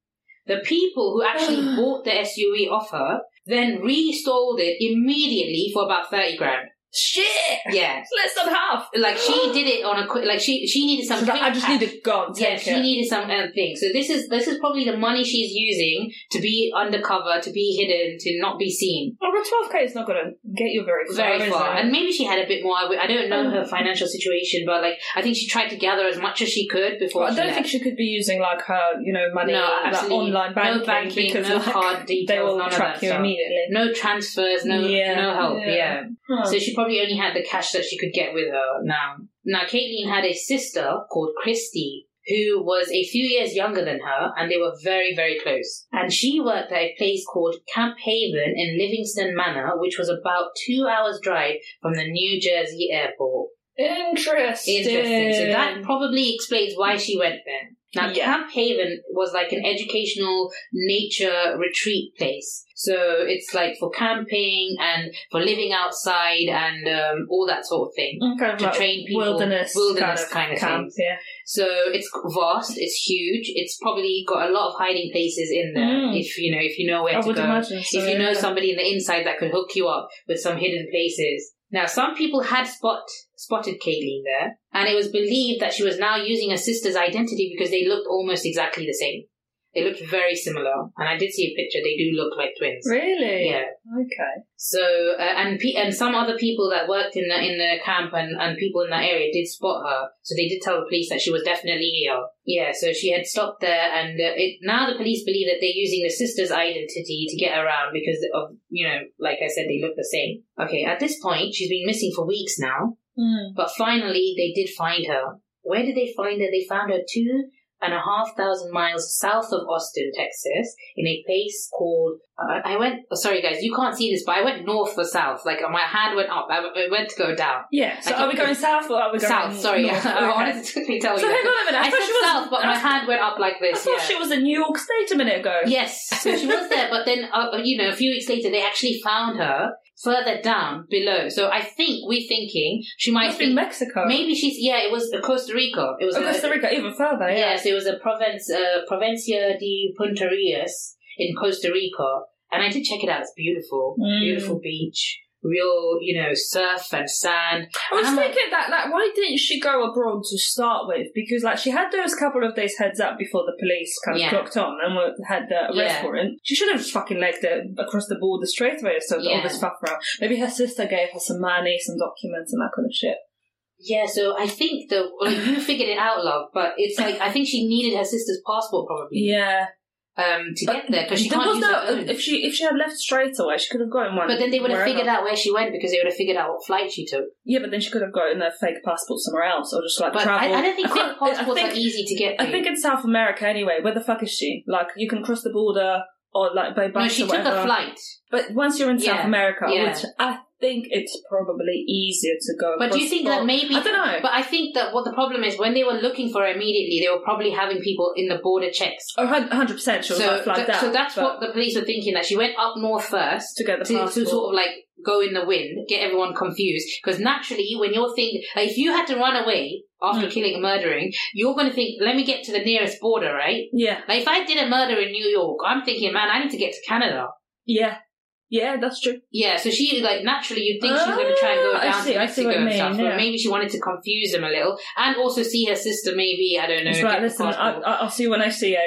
Speaker 3: The people who actually bought the SUV off her then resold it immediately for about 30 grand.
Speaker 2: Shit!
Speaker 3: Yeah.
Speaker 2: Less than half!
Speaker 3: Like she did it on a quick, like she, she needed some
Speaker 2: She's like,
Speaker 3: quick
Speaker 2: I just
Speaker 3: cash.
Speaker 2: need it gone.
Speaker 3: Yeah,
Speaker 2: Take
Speaker 3: she
Speaker 2: it.
Speaker 3: needed some uh, thing. So this is this is probably the money she's using to be undercover, to be hidden, to not be seen.
Speaker 2: Well, but 12k is not going to get you very far. Um,
Speaker 3: very
Speaker 2: is
Speaker 3: far.
Speaker 2: it?
Speaker 3: And maybe she had a bit more. I w- I don't know her financial situation, but like I think she tried to gather as much as she could before.
Speaker 2: Well, I
Speaker 3: she
Speaker 2: don't
Speaker 3: left.
Speaker 2: think she could be using like her, you know, money,
Speaker 3: No,
Speaker 2: like,
Speaker 3: absolutely.
Speaker 2: online
Speaker 3: No
Speaker 2: banking,
Speaker 3: banking,
Speaker 2: because
Speaker 3: no
Speaker 2: like,
Speaker 3: card
Speaker 2: they
Speaker 3: details,
Speaker 2: will
Speaker 3: none of
Speaker 2: track
Speaker 3: that
Speaker 2: you
Speaker 3: stuff.
Speaker 2: immediately.
Speaker 3: no transfers, no
Speaker 2: Yeah,
Speaker 3: no help.
Speaker 2: yeah.
Speaker 3: Yeah.
Speaker 2: Huh.
Speaker 3: So she probably only had the cash that she could get with her now. Now Caitlin had a sister called Christy. Who was a few years younger than her, and they were very, very close. And she worked at a place called Camp Haven in Livingston Manor, which was about two hours' drive from the New Jersey airport.
Speaker 2: interesting.
Speaker 3: Interesting. So that probably explains why she went there. Now,
Speaker 2: Yeah.
Speaker 3: Camp Haven was like an educational nature retreat place. So it's like for camping and for living outside and um, all that sort of thing.
Speaker 2: kind of
Speaker 3: to
Speaker 2: like
Speaker 3: train people-
Speaker 2: wilderness,
Speaker 3: wilderness
Speaker 2: kind
Speaker 3: kind
Speaker 2: of,
Speaker 3: of
Speaker 2: camp,
Speaker 3: things.
Speaker 2: yeah.
Speaker 3: So it's vast, it's huge, it's probably got a lot of hiding places in there.
Speaker 2: Mm.
Speaker 3: If you know, if you know where
Speaker 2: I
Speaker 3: to
Speaker 2: would
Speaker 3: go,
Speaker 2: imagine. So,
Speaker 3: if you know
Speaker 2: yeah.
Speaker 3: somebody in the inside that could hook you up with some hidden places. Now, some people had spot spotted Caitlyn there, and it was believed that she was now using her sister's identity because they looked almost exactly the same. They looked very similar, and I did see a picture. They do look like twins.
Speaker 2: Really?
Speaker 3: Yeah.
Speaker 2: Okay.
Speaker 3: So, uh, and pe- and some other people that worked in the in the camp and, and people in that area did spot her. So they did tell the police that she was definitely here. Yeah. So she had stopped there, and uh, it, now the police believe that they're using the sister's identity to get around because of you know, like I said, they look the same. Okay. At this point, she's been missing for weeks now,
Speaker 2: Mm.
Speaker 3: but finally they did find her. Where did they find her? They found her two and a half thousand miles south of Austin, Texas, in a place called. Uh, I went. oh, sorry, guys, you can't see this, but I went north for south. Like my hand went up. I, I went to go down.
Speaker 2: Yeah. So
Speaker 3: Like
Speaker 2: are
Speaker 3: it-
Speaker 2: we going south or are we going
Speaker 3: south. Sorry,
Speaker 2: north?
Speaker 3: I
Speaker 2: Okay.
Speaker 3: wanted to quickly tell
Speaker 2: So
Speaker 3: you.
Speaker 2: hang on a minute. I,
Speaker 3: I
Speaker 2: thought
Speaker 3: said
Speaker 2: she was,
Speaker 3: south, but my hand went up like
Speaker 2: I
Speaker 3: this.
Speaker 2: thought
Speaker 3: yeah.
Speaker 2: she was in New York State a minute ago.
Speaker 3: uh, Yes, so she was there, but then uh, you know, a few weeks later, they actually found her. further down below. So I think we're thinking she might
Speaker 2: Must be
Speaker 3: be.
Speaker 2: Mexico.
Speaker 3: Maybe she's yeah. It was Costa Rica. It was
Speaker 2: Oh,
Speaker 3: a-
Speaker 2: Costa Rica, even further, yeah.
Speaker 3: Yes, it was a province, uh, Provincia de Punta Rias in Costa Rica, and I did check it out. It's beautiful,
Speaker 2: Mm.
Speaker 3: beautiful beach, real, you know, surf and sand.
Speaker 2: I was
Speaker 3: I'm like-
Speaker 2: thinking that, like, why didn't she go abroad to start with? Because, like, she had those couple of days heads up before the police kind of
Speaker 3: Yeah.
Speaker 2: clocked on and were, had the arrest
Speaker 3: Yeah.
Speaker 2: warrant. She should have just fucking legged it across the border straight away so that all
Speaker 3: Yeah.
Speaker 2: this stuff around. Maybe her sister gave her some money, some documents, and that kind of shit.
Speaker 3: Yeah, so I think the like, you figured it out, love, but it's like I think she needed her sister's passport probably
Speaker 2: Yeah.
Speaker 3: um, to
Speaker 2: But
Speaker 3: get there because she
Speaker 2: There
Speaker 3: can't
Speaker 2: was
Speaker 3: use her
Speaker 2: no,
Speaker 3: own.
Speaker 2: if she if she had left straight away, she could have gotten one.
Speaker 3: But then they would have
Speaker 2: wherever.
Speaker 3: figured out where she went because they would have figured out what flight she took.
Speaker 2: Yeah, but then she could have gotten a fake passport somewhere else, or just like
Speaker 3: But I,
Speaker 2: travel.
Speaker 3: I don't think
Speaker 2: can't-
Speaker 3: fake passports
Speaker 2: I think-
Speaker 3: are easy to get.
Speaker 2: I think in South America anyway. Where the fuck is she? Like you can cross the border or like by bus
Speaker 3: no, she
Speaker 2: or
Speaker 3: took
Speaker 2: whatever.
Speaker 3: a flight.
Speaker 2: But once you're in South
Speaker 3: Yeah,
Speaker 2: America,
Speaker 3: yeah.
Speaker 2: which I think it's probably easier to go.
Speaker 3: But do you
Speaker 2: across
Speaker 3: think
Speaker 2: the-
Speaker 3: that maybe?
Speaker 2: I don't know.
Speaker 3: But I think that what the problem is when they were looking for her immediately, they were probably having people in the border checks.
Speaker 2: oh, hundred percent, she was like flagged
Speaker 3: that-
Speaker 2: out.
Speaker 3: so that's
Speaker 2: but
Speaker 3: what the police were thinking that she went up north first
Speaker 2: to get the
Speaker 3: to,
Speaker 2: passport.
Speaker 3: to sort of like go in the wind, get everyone confused. Because naturally, when you're thinking, like, if you had to run away after
Speaker 2: Mm.
Speaker 3: killing and murdering, you're going to think, let me get to the nearest border, right?
Speaker 2: yeah,
Speaker 3: Like if I did a murder in New York, I'm thinking, man, I need to get to Canada.
Speaker 2: yeah, yeah. That's true.
Speaker 3: Yeah, so she like naturally you'd think she was going
Speaker 2: Ah,
Speaker 3: to try and go
Speaker 2: I
Speaker 3: down
Speaker 2: see,
Speaker 3: to
Speaker 2: I see
Speaker 3: Mexico
Speaker 2: what you
Speaker 3: and
Speaker 2: mean,
Speaker 3: stuff,
Speaker 2: yeah.
Speaker 3: but maybe she wanted to confuse them a little and also see her sister. Maybe I don't know,
Speaker 2: That's
Speaker 3: get
Speaker 2: right.
Speaker 3: the
Speaker 2: Listen, I,
Speaker 3: passport,
Speaker 2: I- I'll see you when I see her.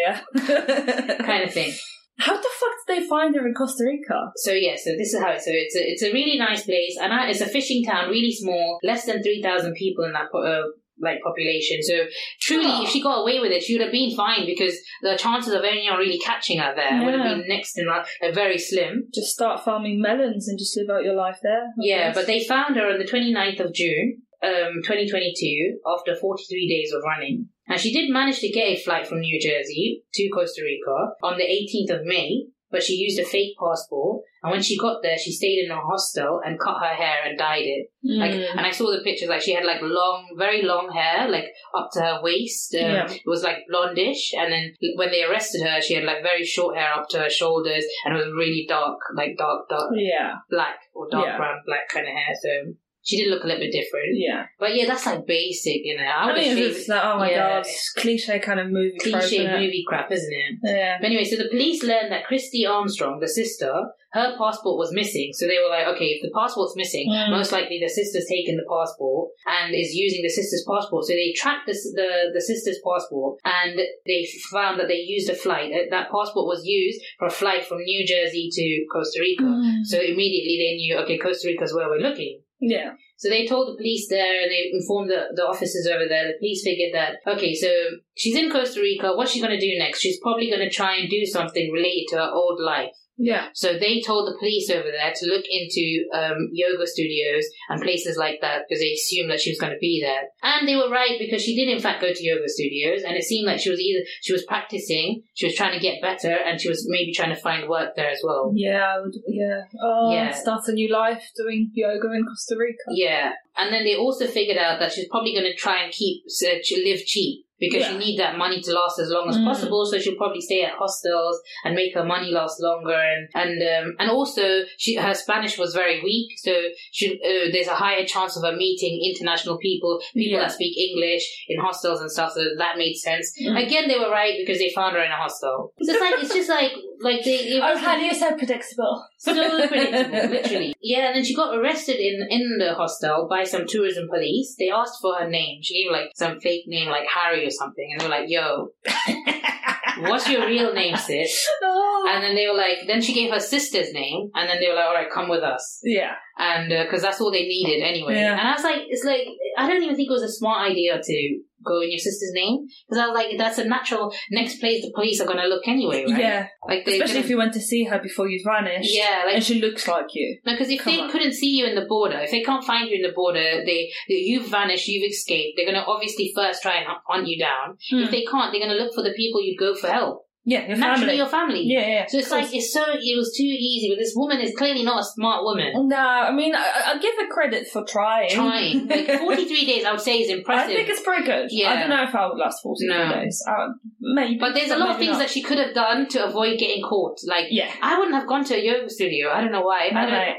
Speaker 2: Yeah.
Speaker 3: kind of thing.
Speaker 2: How the fuck did they find her in Costa Rica?
Speaker 3: So yeah, so this is how. It's, so it's a it's a really nice place, and I, it's a fishing town, really small, less than three thousand people in that po- uh, like population. So truly,
Speaker 2: Oh.
Speaker 3: if she got away with it, she would have been fine because the chances of anyone really catching her there would
Speaker 2: Yeah.
Speaker 3: have been next to not uh, very slim.
Speaker 2: Just start farming melons and just live out your life there. I
Speaker 3: Yeah,
Speaker 2: guess.
Speaker 3: but they found her on the 29th of June, um, 2022, after 43 days of running. And she did manage to get a flight from New Jersey to Costa Rica on the 18th of May, but she used a fake passport. And when she got there, she stayed in a hostel and cut her hair and dyed it. Like,
Speaker 2: Mm.
Speaker 3: and I saw the pictures. Like, she had like long, very long hair, like up to her waist. Um,
Speaker 2: Yeah.
Speaker 3: It was like blondish. And then when they arrested her, she had like very short hair up to her shoulders, and it was really dark, like dark, dark,
Speaker 2: yeah,
Speaker 3: black or dark
Speaker 2: Yeah.
Speaker 3: brown black kind of hair. So she did look a little bit different.
Speaker 2: yeah.
Speaker 3: But yeah, that's like basic, you know. I
Speaker 2: I,
Speaker 3: would
Speaker 2: mean,
Speaker 3: have
Speaker 2: it's just
Speaker 3: shaved
Speaker 2: like, oh my
Speaker 3: yeah.
Speaker 2: god, it's cliche kind of movie. trope,
Speaker 3: cliche
Speaker 2: innit?
Speaker 3: movie crap, isn't it?
Speaker 2: Yeah.
Speaker 3: But anyway, so the police learned that Christy Armstrong, the sister, her passport was missing. So they were like, okay, if the passport's missing,
Speaker 2: Mm.
Speaker 3: most likely the sister's taken the passport and is using the sister's passport. So they tracked the, s- the, the sister's passport and they found that they used a flight. That- That passport was used for a flight from New Jersey to Costa Rica.
Speaker 2: Hmm.
Speaker 3: So immediately they knew, okay, Costa Rica's where we're looking.
Speaker 2: Mm. Yeah.
Speaker 3: So they told the police there and they informed the, the officers over there. The police figured that, okay, so she's in Costa Rica. What's she going to do next? She's probably going to try and do something related to her old life.
Speaker 2: Yeah.
Speaker 3: So they told the police over there to look into um, yoga studios and places like that because they assumed that she was going to be there. And they were right because she did in fact go to yoga studios and it seemed like she was either, she was practicing, she was trying to get better and she was maybe trying to find work there as well.
Speaker 2: Yeah, I would, yeah. Oh,
Speaker 3: Yeah.
Speaker 2: start a new life doing yoga in Costa Rica.
Speaker 3: Yeah, and then they also figured out that she's probably going to try and keep uh, ch- live cheap because
Speaker 2: Yeah.
Speaker 3: you need that money to last as long as
Speaker 2: Mm.
Speaker 3: possible. So she'll probably stay at hostels and make her money last longer. And and um, and also she her Spanish was very weak, so she uh, there's a higher chance of her meeting international people, people
Speaker 2: Yeah.
Speaker 3: that speak English in hostels and stuff. So that made sense.
Speaker 2: Mm.
Speaker 3: Again, they were right because they found her in a hostel. Oh, So it's like it's just like like they. it was like-
Speaker 2: you're so predictable.
Speaker 3: so predictable, literally. Yeah, and then she got arrested in in the hostel by some tourism police. They asked for her name. She gave like some fake name, like Harry or something, and they were like, "Yo, what's your real name, sis?"
Speaker 2: Oh.
Speaker 3: And then they were like, then she gave her sister's name, and then they were like, "All right, come with us,"
Speaker 2: Yeah.
Speaker 3: and because that's all they needed anyway.
Speaker 2: Yeah.
Speaker 3: And I was like, it's like I don't even think it was a smart idea to go in your sister's name because I was like, that's a natural next place the police are going to look anyway, right?
Speaker 2: Yeah.
Speaker 3: like they're
Speaker 2: Especially
Speaker 3: gonna-
Speaker 2: if you went to see her before you vanished.
Speaker 3: yeah, like
Speaker 2: And she looks like you.
Speaker 3: No, because if
Speaker 2: Come
Speaker 3: they
Speaker 2: on.
Speaker 3: couldn't see you in the border, if they can't find you in the border, they you've vanished, you've escaped. They're going to obviously first try and hunt you down.
Speaker 2: Hmm.
Speaker 3: If they can't, they're going to look for the people you go for help.
Speaker 2: yeah, your
Speaker 3: Naturally,
Speaker 2: family.
Speaker 3: your family.
Speaker 2: yeah, yeah.
Speaker 3: So it's like it's so it was too easy. But this woman is clearly not a smart woman.
Speaker 2: No, I mean, I, I- I give her credit for trying.
Speaker 3: Trying like forty three days, I would say is
Speaker 2: I
Speaker 3: impressive.
Speaker 2: think it's pretty good.
Speaker 3: Yeah.
Speaker 2: I don't know if I would last 40
Speaker 3: No.
Speaker 2: days. Uh, maybe.
Speaker 3: but there's a lot of
Speaker 2: maybe
Speaker 3: things
Speaker 2: not.
Speaker 3: that she could have done to avoid getting caught. Like
Speaker 2: Yeah.
Speaker 3: I wouldn't have gone to a yoga studio. I don't know why. I don't.
Speaker 2: Right.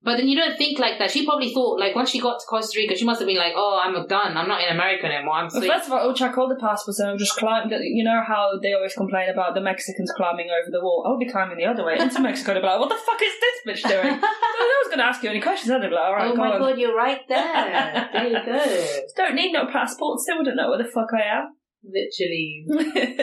Speaker 3: But then you don't think like that. She probably thought like once she got to Costa Rica, she must have been like, "Oh, I'm done. I'm not in America anymore. I'm
Speaker 2: Well,
Speaker 3: safe."
Speaker 2: first of all, Ocha called the passports and I um, just climbed. You know how they always complain about the Mexicans climbing over the wall? I'll be climbing the other way into Mexico. They'll be like, what the fuck is this bitch doing? I was going to ask you any questions. I'd be like, all right,
Speaker 3: oh
Speaker 2: go
Speaker 3: my
Speaker 2: on.
Speaker 3: god, you're right there. There you go.
Speaker 2: Don't need no passports. They wouldn't know where the fuck I am.
Speaker 3: Literally.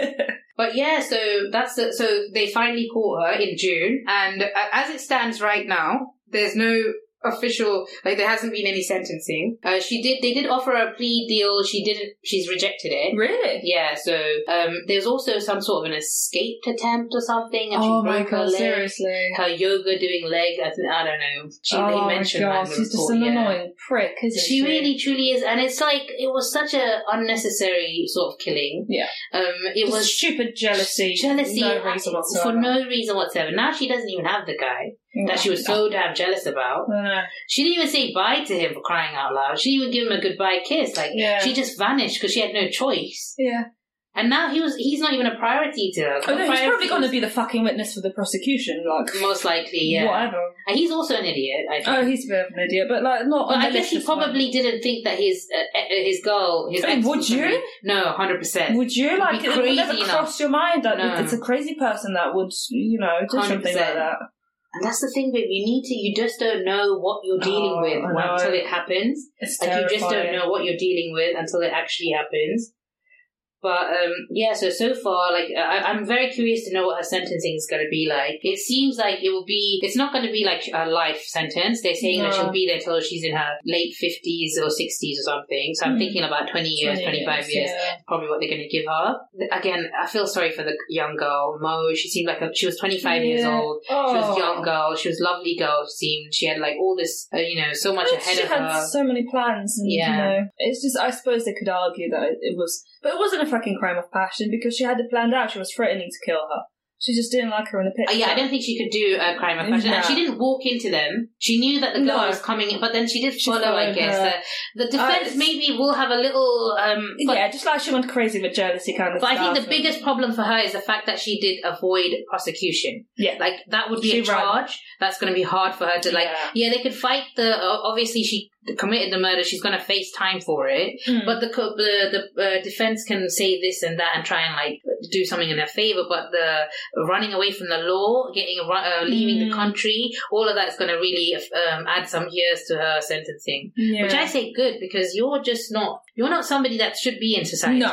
Speaker 3: But yeah, so that's the, so they finally caught her in June,
Speaker 4: And uh, as it stands right now, there's no official, like there hasn't been any sentencing.
Speaker 3: Uh, she did. They did offer her a plea deal. She didn't. She's rejected it.
Speaker 2: really?
Speaker 3: Yeah. So um, there's also some sort of an escaped attempt or something, and
Speaker 2: Oh
Speaker 3: she
Speaker 2: my
Speaker 3: broke her
Speaker 2: god,
Speaker 3: leg.
Speaker 2: seriously.
Speaker 3: Her yoga doing leg. I, think, I don't know. She
Speaker 2: oh
Speaker 3: they
Speaker 2: my
Speaker 3: mentioned that
Speaker 2: god,
Speaker 3: in the
Speaker 2: she's just
Speaker 3: report,
Speaker 2: an
Speaker 3: yeah.
Speaker 2: annoying prick, isn't she?
Speaker 3: She really truly is, and it's like it was such a unnecessary sort of killing.
Speaker 2: Yeah.
Speaker 3: Um, it
Speaker 2: Just
Speaker 3: was
Speaker 2: stupid jealousy.
Speaker 3: jealousy
Speaker 2: No reason whatsoever.
Speaker 3: for no reason whatsoever. Now she doesn't even have the guy that she was so damn jealous about.
Speaker 2: Uh,
Speaker 3: She didn't even say bye to him for crying out loud. She didn't even give him a goodbye kiss. Like
Speaker 2: Yeah.
Speaker 3: she just vanished because she had no choice.
Speaker 2: yeah.
Speaker 3: And now he was—he's not even a priority to her.
Speaker 2: Oh, no, he's
Speaker 3: Priority
Speaker 2: probably going to
Speaker 3: was-
Speaker 2: be the fucking witness for the prosecution, like
Speaker 3: most likely, yeah.
Speaker 2: whatever.
Speaker 3: And he's also an idiot. I think.
Speaker 2: Oh, he's a bit of an idiot, but like not.
Speaker 3: but
Speaker 2: on the
Speaker 3: I guess he
Speaker 2: vicious one.
Speaker 3: probably didn't think that his uh, uh, his girl, his
Speaker 2: I mean,
Speaker 3: ex
Speaker 2: would
Speaker 3: was
Speaker 2: you?
Speaker 3: gonna- No, hundred percent.
Speaker 2: Would you like?
Speaker 3: be
Speaker 2: It would never
Speaker 3: crazy enough.
Speaker 2: cross your mind that
Speaker 3: No.
Speaker 2: it's a crazy person that would, you know, do something like
Speaker 3: 100%.
Speaker 2: that.
Speaker 3: And that's the thing, babe. You need to. You just don't know what you're dealing
Speaker 2: Oh,
Speaker 3: with
Speaker 2: I know.
Speaker 3: until it happens.
Speaker 2: It's
Speaker 3: Like you just don't
Speaker 2: terrifying.
Speaker 3: know what you're dealing with until it actually happens. But um, yeah, so so far, like I, I'm very curious to know what her sentencing is going to be like. It seems like it will be. It's not going to be like a life sentence. They're saying that
Speaker 2: No.
Speaker 3: she'll be there till she's in her late fifties or sixties or something. So I'm
Speaker 2: Hmm.
Speaker 3: thinking about twenty years,
Speaker 2: 20
Speaker 3: twenty five years,
Speaker 2: yeah.
Speaker 3: probably what they're going to give her. Again, I feel sorry for the young girl Mo. She seemed like a, she was twenty five years
Speaker 2: Yeah.
Speaker 3: old.
Speaker 2: Oh.
Speaker 3: She was a young girl. She was a lovely girl. Seemed she had like all this, uh, you know, so much
Speaker 2: Well,
Speaker 3: ahead
Speaker 2: she
Speaker 3: of
Speaker 2: had
Speaker 3: her.
Speaker 2: so many plans, and
Speaker 3: Yeah.
Speaker 2: you know, it's just. I suppose they could argue that it, it was, but it wasn't a fucking crime of passion because she had it planned out. She was threatening to kill her. She just didn't like her in the
Speaker 3: Uh,
Speaker 2: picture.
Speaker 3: yeah, I don't think she could do a crime of passion. And
Speaker 2: No.
Speaker 3: she didn't walk into them. She knew that the girl
Speaker 2: No.
Speaker 3: was coming, but then she did
Speaker 2: She
Speaker 3: follow, I
Speaker 2: followed
Speaker 3: guess.
Speaker 2: her.
Speaker 3: Uh, the defense
Speaker 2: it's-
Speaker 3: maybe will have a little. Um, but,
Speaker 2: yeah, just like she went crazy with jealousy, kind of.
Speaker 3: but I think
Speaker 2: stuff,
Speaker 3: the
Speaker 2: and-
Speaker 3: biggest problem for her is the fact that she did avoid prosecution.
Speaker 2: yeah,
Speaker 3: Like, that would be
Speaker 2: She
Speaker 3: a
Speaker 2: ran.
Speaker 3: charge. That's going to be hard for her to, like.
Speaker 2: Yeah.
Speaker 3: Yeah, they could fight the. o- Obviously, she committed the murder. She's going to face time for it.
Speaker 2: Mm.
Speaker 3: Hmm. But the co- the, the uh, defense can say this and that and try and like do something in their favor. But the running away from the law, getting ru- uh, leaving
Speaker 2: Mm.
Speaker 3: the country, all of that's going to really um, add some years to her sentencing.
Speaker 2: yeah.
Speaker 3: Which I say good because you're just not you're not somebody that should be in society.
Speaker 2: No.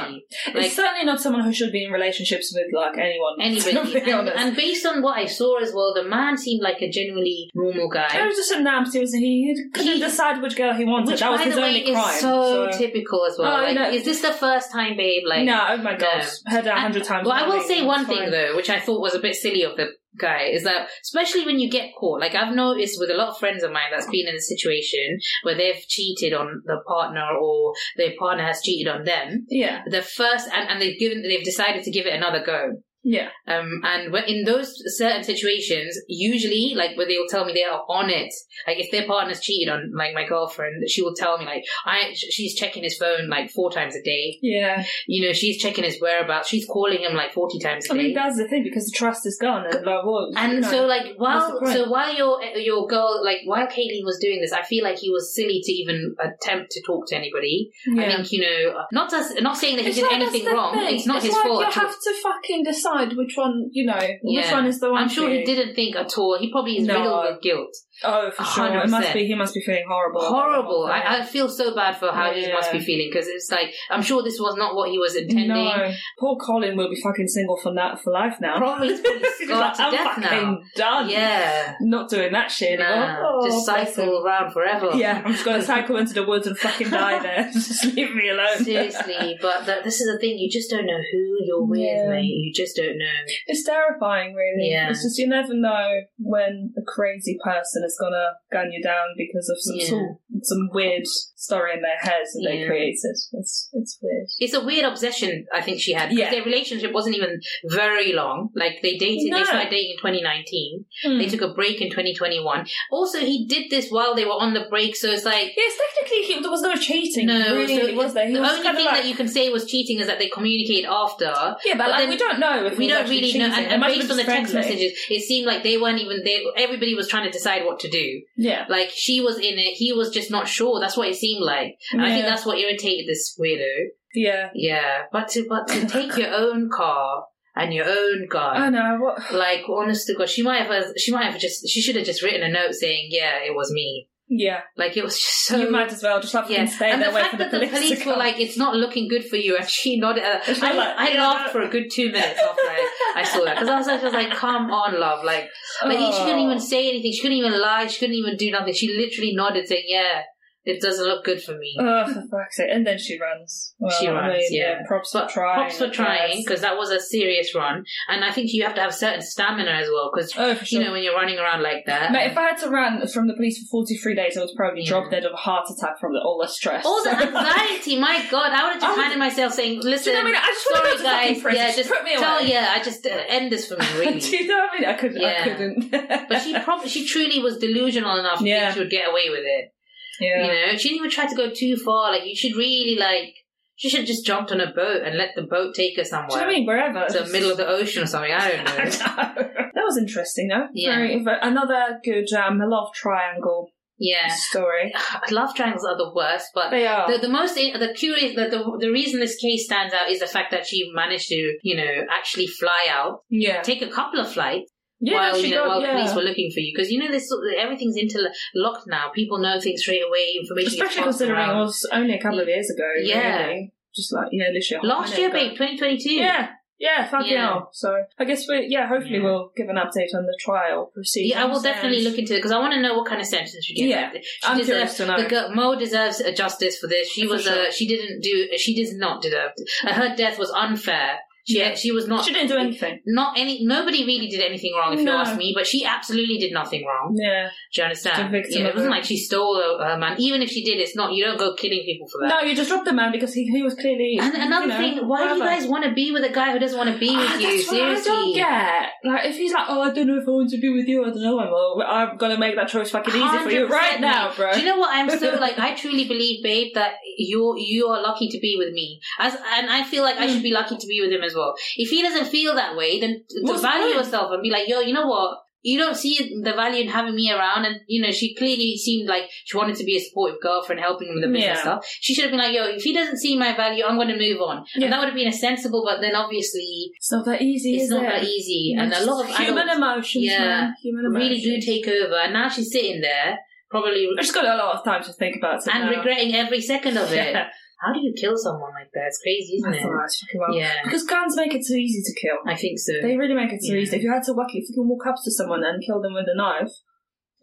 Speaker 3: Like-
Speaker 2: it's certainly not someone who should be in relationships with like anyone.
Speaker 3: Anybody,
Speaker 2: To be
Speaker 3: and,
Speaker 2: honest.
Speaker 3: and based on what I saw as well, the man seemed like a genuinely normal
Speaker 2: it
Speaker 3: guy.
Speaker 2: was just a He was he couldn't
Speaker 3: He-
Speaker 2: decide which girl he wanted.
Speaker 3: Which,
Speaker 2: that was
Speaker 3: by
Speaker 2: his
Speaker 3: the way,
Speaker 2: only
Speaker 3: is
Speaker 2: crime.
Speaker 3: so, typical as well.
Speaker 2: Oh, I
Speaker 3: like,
Speaker 2: know.
Speaker 3: is this the first time, babe? Like,
Speaker 2: no, oh my god, heard that a hundred times.
Speaker 3: Well, I will
Speaker 2: already.
Speaker 3: say one
Speaker 2: It's
Speaker 3: thing
Speaker 2: fine.
Speaker 3: though, which I thought was a bit silly of the guy, is that especially when you get caught, like I've noticed with a lot of friends of mine that's been in a situation where they've cheated on the partner or their partner has cheated on them.
Speaker 2: Yeah,
Speaker 3: The first, and, and they've given, they've decided to give it another go.
Speaker 2: yeah,
Speaker 3: Um, and when- in those certain situations, usually, like where they'll tell me they are on it. Like if their partner's cheated on, like my girlfriend, she will tell me like I, she's checking his phone like four times a day.
Speaker 2: yeah.
Speaker 3: You know, she's checking his whereabouts. She's calling him like forty times a
Speaker 2: I
Speaker 3: day.
Speaker 2: mean, that's the thing because the trust is gone, and like, well,
Speaker 3: And
Speaker 2: you know.
Speaker 3: so, like,
Speaker 2: What's the
Speaker 3: while
Speaker 2: point?
Speaker 3: so while your your girl, like, while Kayleen was doing this, I feel like he was silly to even attempt to talk to anybody.
Speaker 2: yeah.
Speaker 3: I think you know, not as not saying that he
Speaker 2: It's
Speaker 3: did
Speaker 2: like, that's
Speaker 3: anything
Speaker 2: the
Speaker 3: wrong.
Speaker 2: thing.
Speaker 3: It's not his
Speaker 2: like
Speaker 3: fault.
Speaker 2: You have to fucking decide which one, you know, which
Speaker 3: Yeah.
Speaker 2: one is the one.
Speaker 3: I'm sure
Speaker 2: for
Speaker 3: he
Speaker 2: you.
Speaker 3: didn't think at all. He probably is
Speaker 2: No.
Speaker 3: riddled with guilt.
Speaker 2: Oh, for
Speaker 3: A
Speaker 2: sure.
Speaker 3: hundred
Speaker 2: It must
Speaker 3: percent.
Speaker 2: be. He must be feeling horrible.
Speaker 3: Horrible. I, I feel so bad for how he
Speaker 2: Yeah.
Speaker 3: must be feeling because it's like I'm sure this was not what he was intending.
Speaker 2: No, poor Colin will be fucking single for na- for life now.
Speaker 3: Probably he's probably
Speaker 2: He's
Speaker 3: scarred
Speaker 2: like,
Speaker 3: to
Speaker 2: I'm
Speaker 3: death
Speaker 2: fucking
Speaker 3: now.
Speaker 2: done.
Speaker 3: Yeah.
Speaker 2: Not doing that shit
Speaker 3: Nah,
Speaker 2: anymore. Oh,
Speaker 3: just
Speaker 2: bless him.
Speaker 3: cycle around forever.
Speaker 2: Yeah, I'm just going to cycle into the woods and fucking die there. just leave me alone.
Speaker 3: Seriously, but that, this is the thing, you just don't know who you're with,
Speaker 2: Yeah.
Speaker 3: mate. You just don't know.
Speaker 2: It's terrifying, really.
Speaker 3: Yeah.
Speaker 2: It's just you never know when a crazy person is going to gun you down because of some
Speaker 3: Yeah.
Speaker 2: sort some weird story in their heads that
Speaker 3: Yeah.
Speaker 2: they created. It's it's weird.
Speaker 3: It's a weird obsession I think she had. 'cause
Speaker 2: Yeah.
Speaker 3: Their relationship wasn't even very long. Like they dated,
Speaker 2: No. Hmm.
Speaker 3: they started dating in 2019. They took a break in 2021. Also, he did this while they were on the break, so it's like
Speaker 2: Yes, technically he, there was no cheating.
Speaker 3: No,
Speaker 2: really,
Speaker 3: so
Speaker 2: was there? He
Speaker 3: the
Speaker 2: was
Speaker 3: only
Speaker 2: kind of
Speaker 3: thing
Speaker 2: like-
Speaker 3: that you can say was cheating is that they communicate after.
Speaker 2: Yeah, but,
Speaker 3: But
Speaker 2: like,
Speaker 3: then
Speaker 2: we don't know if
Speaker 3: We
Speaker 2: it was
Speaker 3: don't
Speaker 2: actually
Speaker 3: really know,
Speaker 2: cheating.
Speaker 3: and,
Speaker 2: It
Speaker 3: and
Speaker 2: might have
Speaker 3: based on
Speaker 2: been
Speaker 3: the text
Speaker 2: friendly.
Speaker 3: messages, it seemed like they weren't even there. Everybody was trying to decide what to do.
Speaker 2: Yeah,
Speaker 3: Like she was in it, he was just not sure. That's what it seemed like, and I think
Speaker 2: Yeah.
Speaker 3: that's what irritated this weirdo.
Speaker 2: yeah.
Speaker 3: Yeah, but to but to take your own car and your own
Speaker 2: I
Speaker 3: gun.
Speaker 2: know. What?
Speaker 3: Like honest to God, she might have she might have just she should have just written a note saying, "Yeah, it was me."
Speaker 2: Yeah,
Speaker 3: Like it was just so
Speaker 2: you might as well just have him
Speaker 3: yeah.
Speaker 2: stay
Speaker 3: and
Speaker 2: there
Speaker 3: the
Speaker 2: wait
Speaker 3: fact
Speaker 2: for the
Speaker 3: that the
Speaker 2: police,
Speaker 3: police
Speaker 2: to
Speaker 3: were
Speaker 2: come.
Speaker 3: like, "It's not looking good for you," and she nodded. At
Speaker 2: It's
Speaker 3: I,
Speaker 2: not like-
Speaker 3: I
Speaker 2: yeah,
Speaker 3: laughed
Speaker 2: no.
Speaker 3: for a good two minutes after I, I saw that because I was, like- I was like, "Come on, love!" Like, like she couldn't
Speaker 2: Oh.
Speaker 3: even say anything. She couldn't even lie. She couldn't even do nothing. She literally nodded, saying, "Yeah, it doesn't look good for me."
Speaker 2: Oh, for fuck's sake! And then she runs. Well,
Speaker 3: She
Speaker 2: I
Speaker 3: runs,
Speaker 2: mean,
Speaker 3: yeah.
Speaker 2: Props
Speaker 3: But
Speaker 2: for trying.
Speaker 3: props for
Speaker 2: I
Speaker 3: trying
Speaker 2: guess.
Speaker 3: because that was a serious run, and I think you have to have certain stamina as well because
Speaker 2: Oh, for sure.
Speaker 3: you know when you're running around like that.
Speaker 2: Mate, if I had to run from the police for 43 days, I was probably
Speaker 3: Yeah.
Speaker 2: drop dead of a heart attack from the, all the stress.
Speaker 3: all the
Speaker 2: So-
Speaker 3: anxiety, my god, I would have
Speaker 2: I
Speaker 3: just
Speaker 2: would-
Speaker 3: handed myself saying,
Speaker 2: Do
Speaker 3: "Listen,
Speaker 2: you know what I mean? I just want to
Speaker 3: sorry
Speaker 2: go to fucking
Speaker 3: guys,
Speaker 2: prison.
Speaker 3: yeah,
Speaker 2: just
Speaker 3: just
Speaker 2: put me
Speaker 3: tell,
Speaker 2: away.
Speaker 3: yeah, I just uh, end this for me,
Speaker 2: Do
Speaker 3: really."
Speaker 2: you know what I mean? I couldn't. I
Speaker 3: Yeah.
Speaker 2: couldn't.
Speaker 3: But she probably, she truly was delusional enough to
Speaker 2: Yeah.
Speaker 3: think she would get away with it.
Speaker 2: yeah.
Speaker 3: You know, she didn't even try to go too far. Like you should really like, she should have just jumped on a boat and let the boat take her somewhere.
Speaker 2: Do you know what I mean? Wherever.
Speaker 3: To the middle of the ocean or something. I don't know.
Speaker 2: that was interesting, though.
Speaker 3: Yeah.
Speaker 2: Very, very- another good um, love triangle
Speaker 3: yeah,
Speaker 2: story.
Speaker 3: love triangles are the worst, but
Speaker 2: They are.
Speaker 3: The, the most the curious the, the the reason this case stands out is the fact that she managed to you know actually fly out,
Speaker 2: yeah.
Speaker 3: take a couple of flights
Speaker 2: Yeah,
Speaker 3: while
Speaker 2: she
Speaker 3: you know
Speaker 2: got,
Speaker 3: while
Speaker 2: yeah.
Speaker 3: police were looking for you because you know this everything's interlocked now. People know things straight away. Information gets
Speaker 2: Especially
Speaker 3: passed
Speaker 2: considering
Speaker 3: around.
Speaker 2: it was only a couple of years ago.
Speaker 3: Yeah.
Speaker 2: really. Just like, you know, literally. a hot
Speaker 3: last
Speaker 2: minute
Speaker 3: year,
Speaker 2: ago.
Speaker 3: babe, twenty twenty two.
Speaker 2: Yeah. Yeah, fucking
Speaker 3: Yeah.
Speaker 2: hell. So I guess we, yeah, hopefully
Speaker 3: Yeah.
Speaker 2: we'll give an update on the trial proceedings.
Speaker 3: Yeah, I will definitely
Speaker 2: and-
Speaker 3: look into it because I want to know what kind of sentence she gets.
Speaker 2: Yeah,
Speaker 3: She
Speaker 2: I'm
Speaker 3: deserves-
Speaker 2: curious to know.
Speaker 3: The girl, Mo deserves a justice for this. She
Speaker 2: For
Speaker 3: was
Speaker 2: sure.
Speaker 3: a, she didn't do she does not deserve. uh, Her death was unfair. She
Speaker 2: Yeah.
Speaker 3: she was not
Speaker 2: She didn't do anything.
Speaker 3: not any nobody really did anything wrong if
Speaker 2: No.
Speaker 3: you ask me but she absolutely did nothing wrong
Speaker 2: Yeah.
Speaker 3: do you
Speaker 2: Just a
Speaker 3: understand
Speaker 2: victim
Speaker 3: yeah,
Speaker 2: of
Speaker 3: it wasn't
Speaker 2: it.
Speaker 3: like she stole her, her man even if she did it's not you don't go killing people for that
Speaker 2: No, you just dropped the man because he, he was clearly.
Speaker 3: and another
Speaker 2: you know,
Speaker 3: thing why do you
Speaker 2: whatever.
Speaker 3: guys want to be with a guy who doesn't want to be with
Speaker 2: Ah,
Speaker 3: you
Speaker 2: that's what
Speaker 3: seriously
Speaker 2: I don't get. Like, if he's like, oh, I don't know if I want to be with you, I don't know, well, I'm gonna make that choice fucking easy for you
Speaker 3: 100%
Speaker 2: right now,
Speaker 3: mate.
Speaker 2: bro.
Speaker 3: Do you know what I'm so like? I truly believe, babe, that you you are lucky to be with me. As and I feel like I should
Speaker 2: Hmm.
Speaker 3: be lucky to be with him as well. If he doesn't feel that way, then to
Speaker 2: What's the
Speaker 3: value
Speaker 2: point?
Speaker 3: yourself and be like, yo, you know what? You don't see the value in having me around, and you know she clearly seemed like she wanted to be a supportive girlfriend, helping him with the business
Speaker 2: Yeah.
Speaker 3: stuff. She should have been like, "Yo, if he doesn't see my value, I'm going to move on."
Speaker 2: Yeah.
Speaker 3: And that would have been a sensible, but then obviously
Speaker 2: it's not that easy,
Speaker 3: it's
Speaker 2: is
Speaker 3: not
Speaker 2: it?
Speaker 3: that easy, and a lot of
Speaker 2: human
Speaker 3: adults
Speaker 2: emotions,
Speaker 3: Yeah.
Speaker 2: man. Human emotions.
Speaker 3: really do take over. And now she's sitting there, probably
Speaker 2: I've just got a lot of time to think about it
Speaker 3: and
Speaker 2: now.
Speaker 3: regretting every second of it.
Speaker 2: Yeah.
Speaker 3: How do you kill someone like that? It's crazy, isn't
Speaker 2: That's
Speaker 3: it?
Speaker 2: all right, it's fucking well.
Speaker 3: Yeah,
Speaker 2: Because guns make it so easy to kill.
Speaker 3: I think so.
Speaker 2: They really make it so
Speaker 3: Yeah.
Speaker 2: easy. If you had to walk, if you can walk up to someone and kill them with a knife,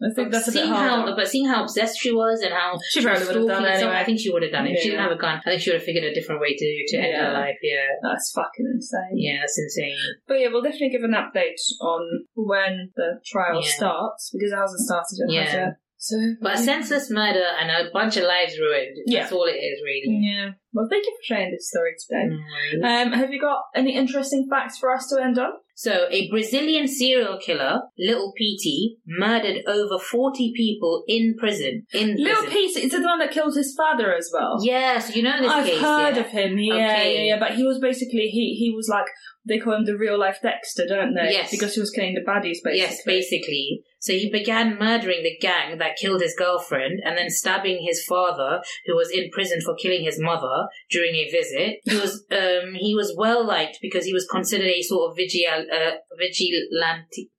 Speaker 2: I think that's a bit
Speaker 3: seeing how,
Speaker 2: harder.
Speaker 3: but seeing how obsessed she was and how
Speaker 2: She probably would have
Speaker 3: stalking
Speaker 2: done it
Speaker 3: someone, I
Speaker 2: anyway.
Speaker 3: think she would have done it. If she didn't
Speaker 2: Yeah.
Speaker 3: have a gun, I think she would have figured a different way to to end her
Speaker 2: Yeah.
Speaker 3: life. Yeah,
Speaker 2: That's fucking insane.
Speaker 3: yeah, that's insane.
Speaker 2: But yeah, we'll definitely give an update on when the trial
Speaker 3: Yeah.
Speaker 2: starts because it hasn't started yet. has
Speaker 3: Yeah.
Speaker 2: it? So,
Speaker 3: But a senseless murder and a bunch of lives ruined.
Speaker 2: Mm. Yeah.
Speaker 3: That's all it is, really.
Speaker 2: yeah. Well, thank you for sharing this story today.
Speaker 3: Mm.
Speaker 2: Um, have you got any interesting facts for us to end on?
Speaker 3: So, a Brazilian serial killer, Little Petey, murdered over 40 people in prison. In
Speaker 2: Little
Speaker 3: prison.
Speaker 2: Pete, is it the one that killed his father as well?
Speaker 3: Yes, you know this
Speaker 2: I've
Speaker 3: case.
Speaker 2: heard
Speaker 3: yeah.
Speaker 2: of him. Yeah,
Speaker 3: Okay.
Speaker 2: yeah, yeah. But he was basically he he was like they call him the real life Dexter, don't they?
Speaker 3: Yes.
Speaker 2: because he was killing the baddies basically.
Speaker 3: Yes, basically. So he began murdering the gang that killed his girlfriend and then stabbing his father, who was in prison for killing his mother during a visit. He was um, he was well liked because he was considered a sort of vigil uh, vigilante.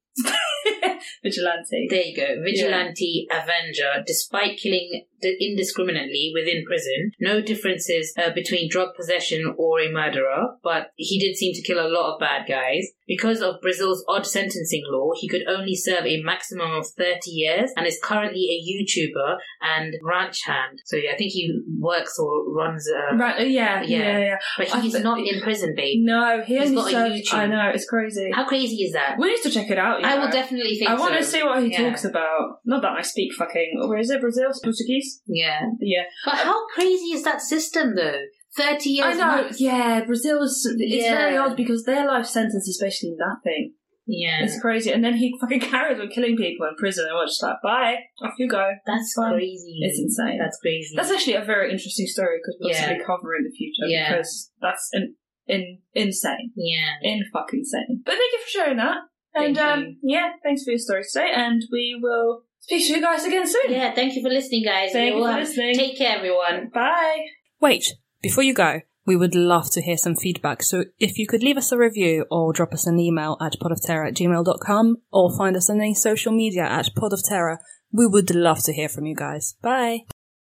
Speaker 2: vigilante.
Speaker 3: There you go, vigilante avenger. Despite killing d- indiscriminately within prison, no differences uh, between drug possession or a murderer. But he did seem to kill a lot of bad guys. Because of Brazil's odd sentencing law, he could only serve a maximum of 30 years and is currently a YouTuber and ranch hand. So yeah, I think he works or runs a.
Speaker 2: right? uh, Yeah, yeah,
Speaker 3: Yeah.
Speaker 2: yeah.
Speaker 3: But
Speaker 2: I
Speaker 3: he's
Speaker 2: th-
Speaker 3: not in prison, babe.
Speaker 2: No, he
Speaker 3: He's
Speaker 2: only
Speaker 3: got a
Speaker 2: served-
Speaker 3: YouTube.
Speaker 2: I know it's crazy.
Speaker 3: How crazy is that?
Speaker 2: We need to check it out. you
Speaker 3: I
Speaker 2: know.
Speaker 3: will definitely think
Speaker 2: I want to
Speaker 3: so.
Speaker 2: see what he
Speaker 3: Yeah.
Speaker 2: talks about. Not that I speak fucking. Where is it? Brazil? Portuguese? countries.
Speaker 3: Yeah.
Speaker 2: Yeah,
Speaker 3: But how crazy is that system though? 30
Speaker 2: I
Speaker 3: years.
Speaker 2: know.
Speaker 3: max.
Speaker 2: Yeah, Brazil's it's
Speaker 3: Yeah.
Speaker 2: very odd because their life sentence is basically in that thing.
Speaker 3: Yeah.
Speaker 2: It's crazy. And then he fucking carries on killing people in prison, and we're just like, bye, off you go.
Speaker 3: That's
Speaker 2: Fine.
Speaker 3: crazy.
Speaker 2: It's insane.
Speaker 3: That's crazy.
Speaker 2: That's actually a very interesting story because possibly cover in the future
Speaker 3: Yeah.
Speaker 2: because that's in, in insane,
Speaker 3: yeah.
Speaker 2: in fucking insane. But thank you for sharing that, and
Speaker 3: Thank
Speaker 2: um, yeah, thanks for your story today, and we will speak to you guys again soon.
Speaker 3: Yeah, thank you for listening, guys.
Speaker 2: Thank you
Speaker 3: You'll
Speaker 2: for
Speaker 3: have-
Speaker 2: listening.
Speaker 3: Take care, everyone.
Speaker 2: Bye.
Speaker 5: Wait, before you go, we would love to hear some feedback, so if you could leave us a review or drop us an email at podofterror at gmail.com or find us on any social media at Pod of Terror, we would love to hear from you guys. Bye!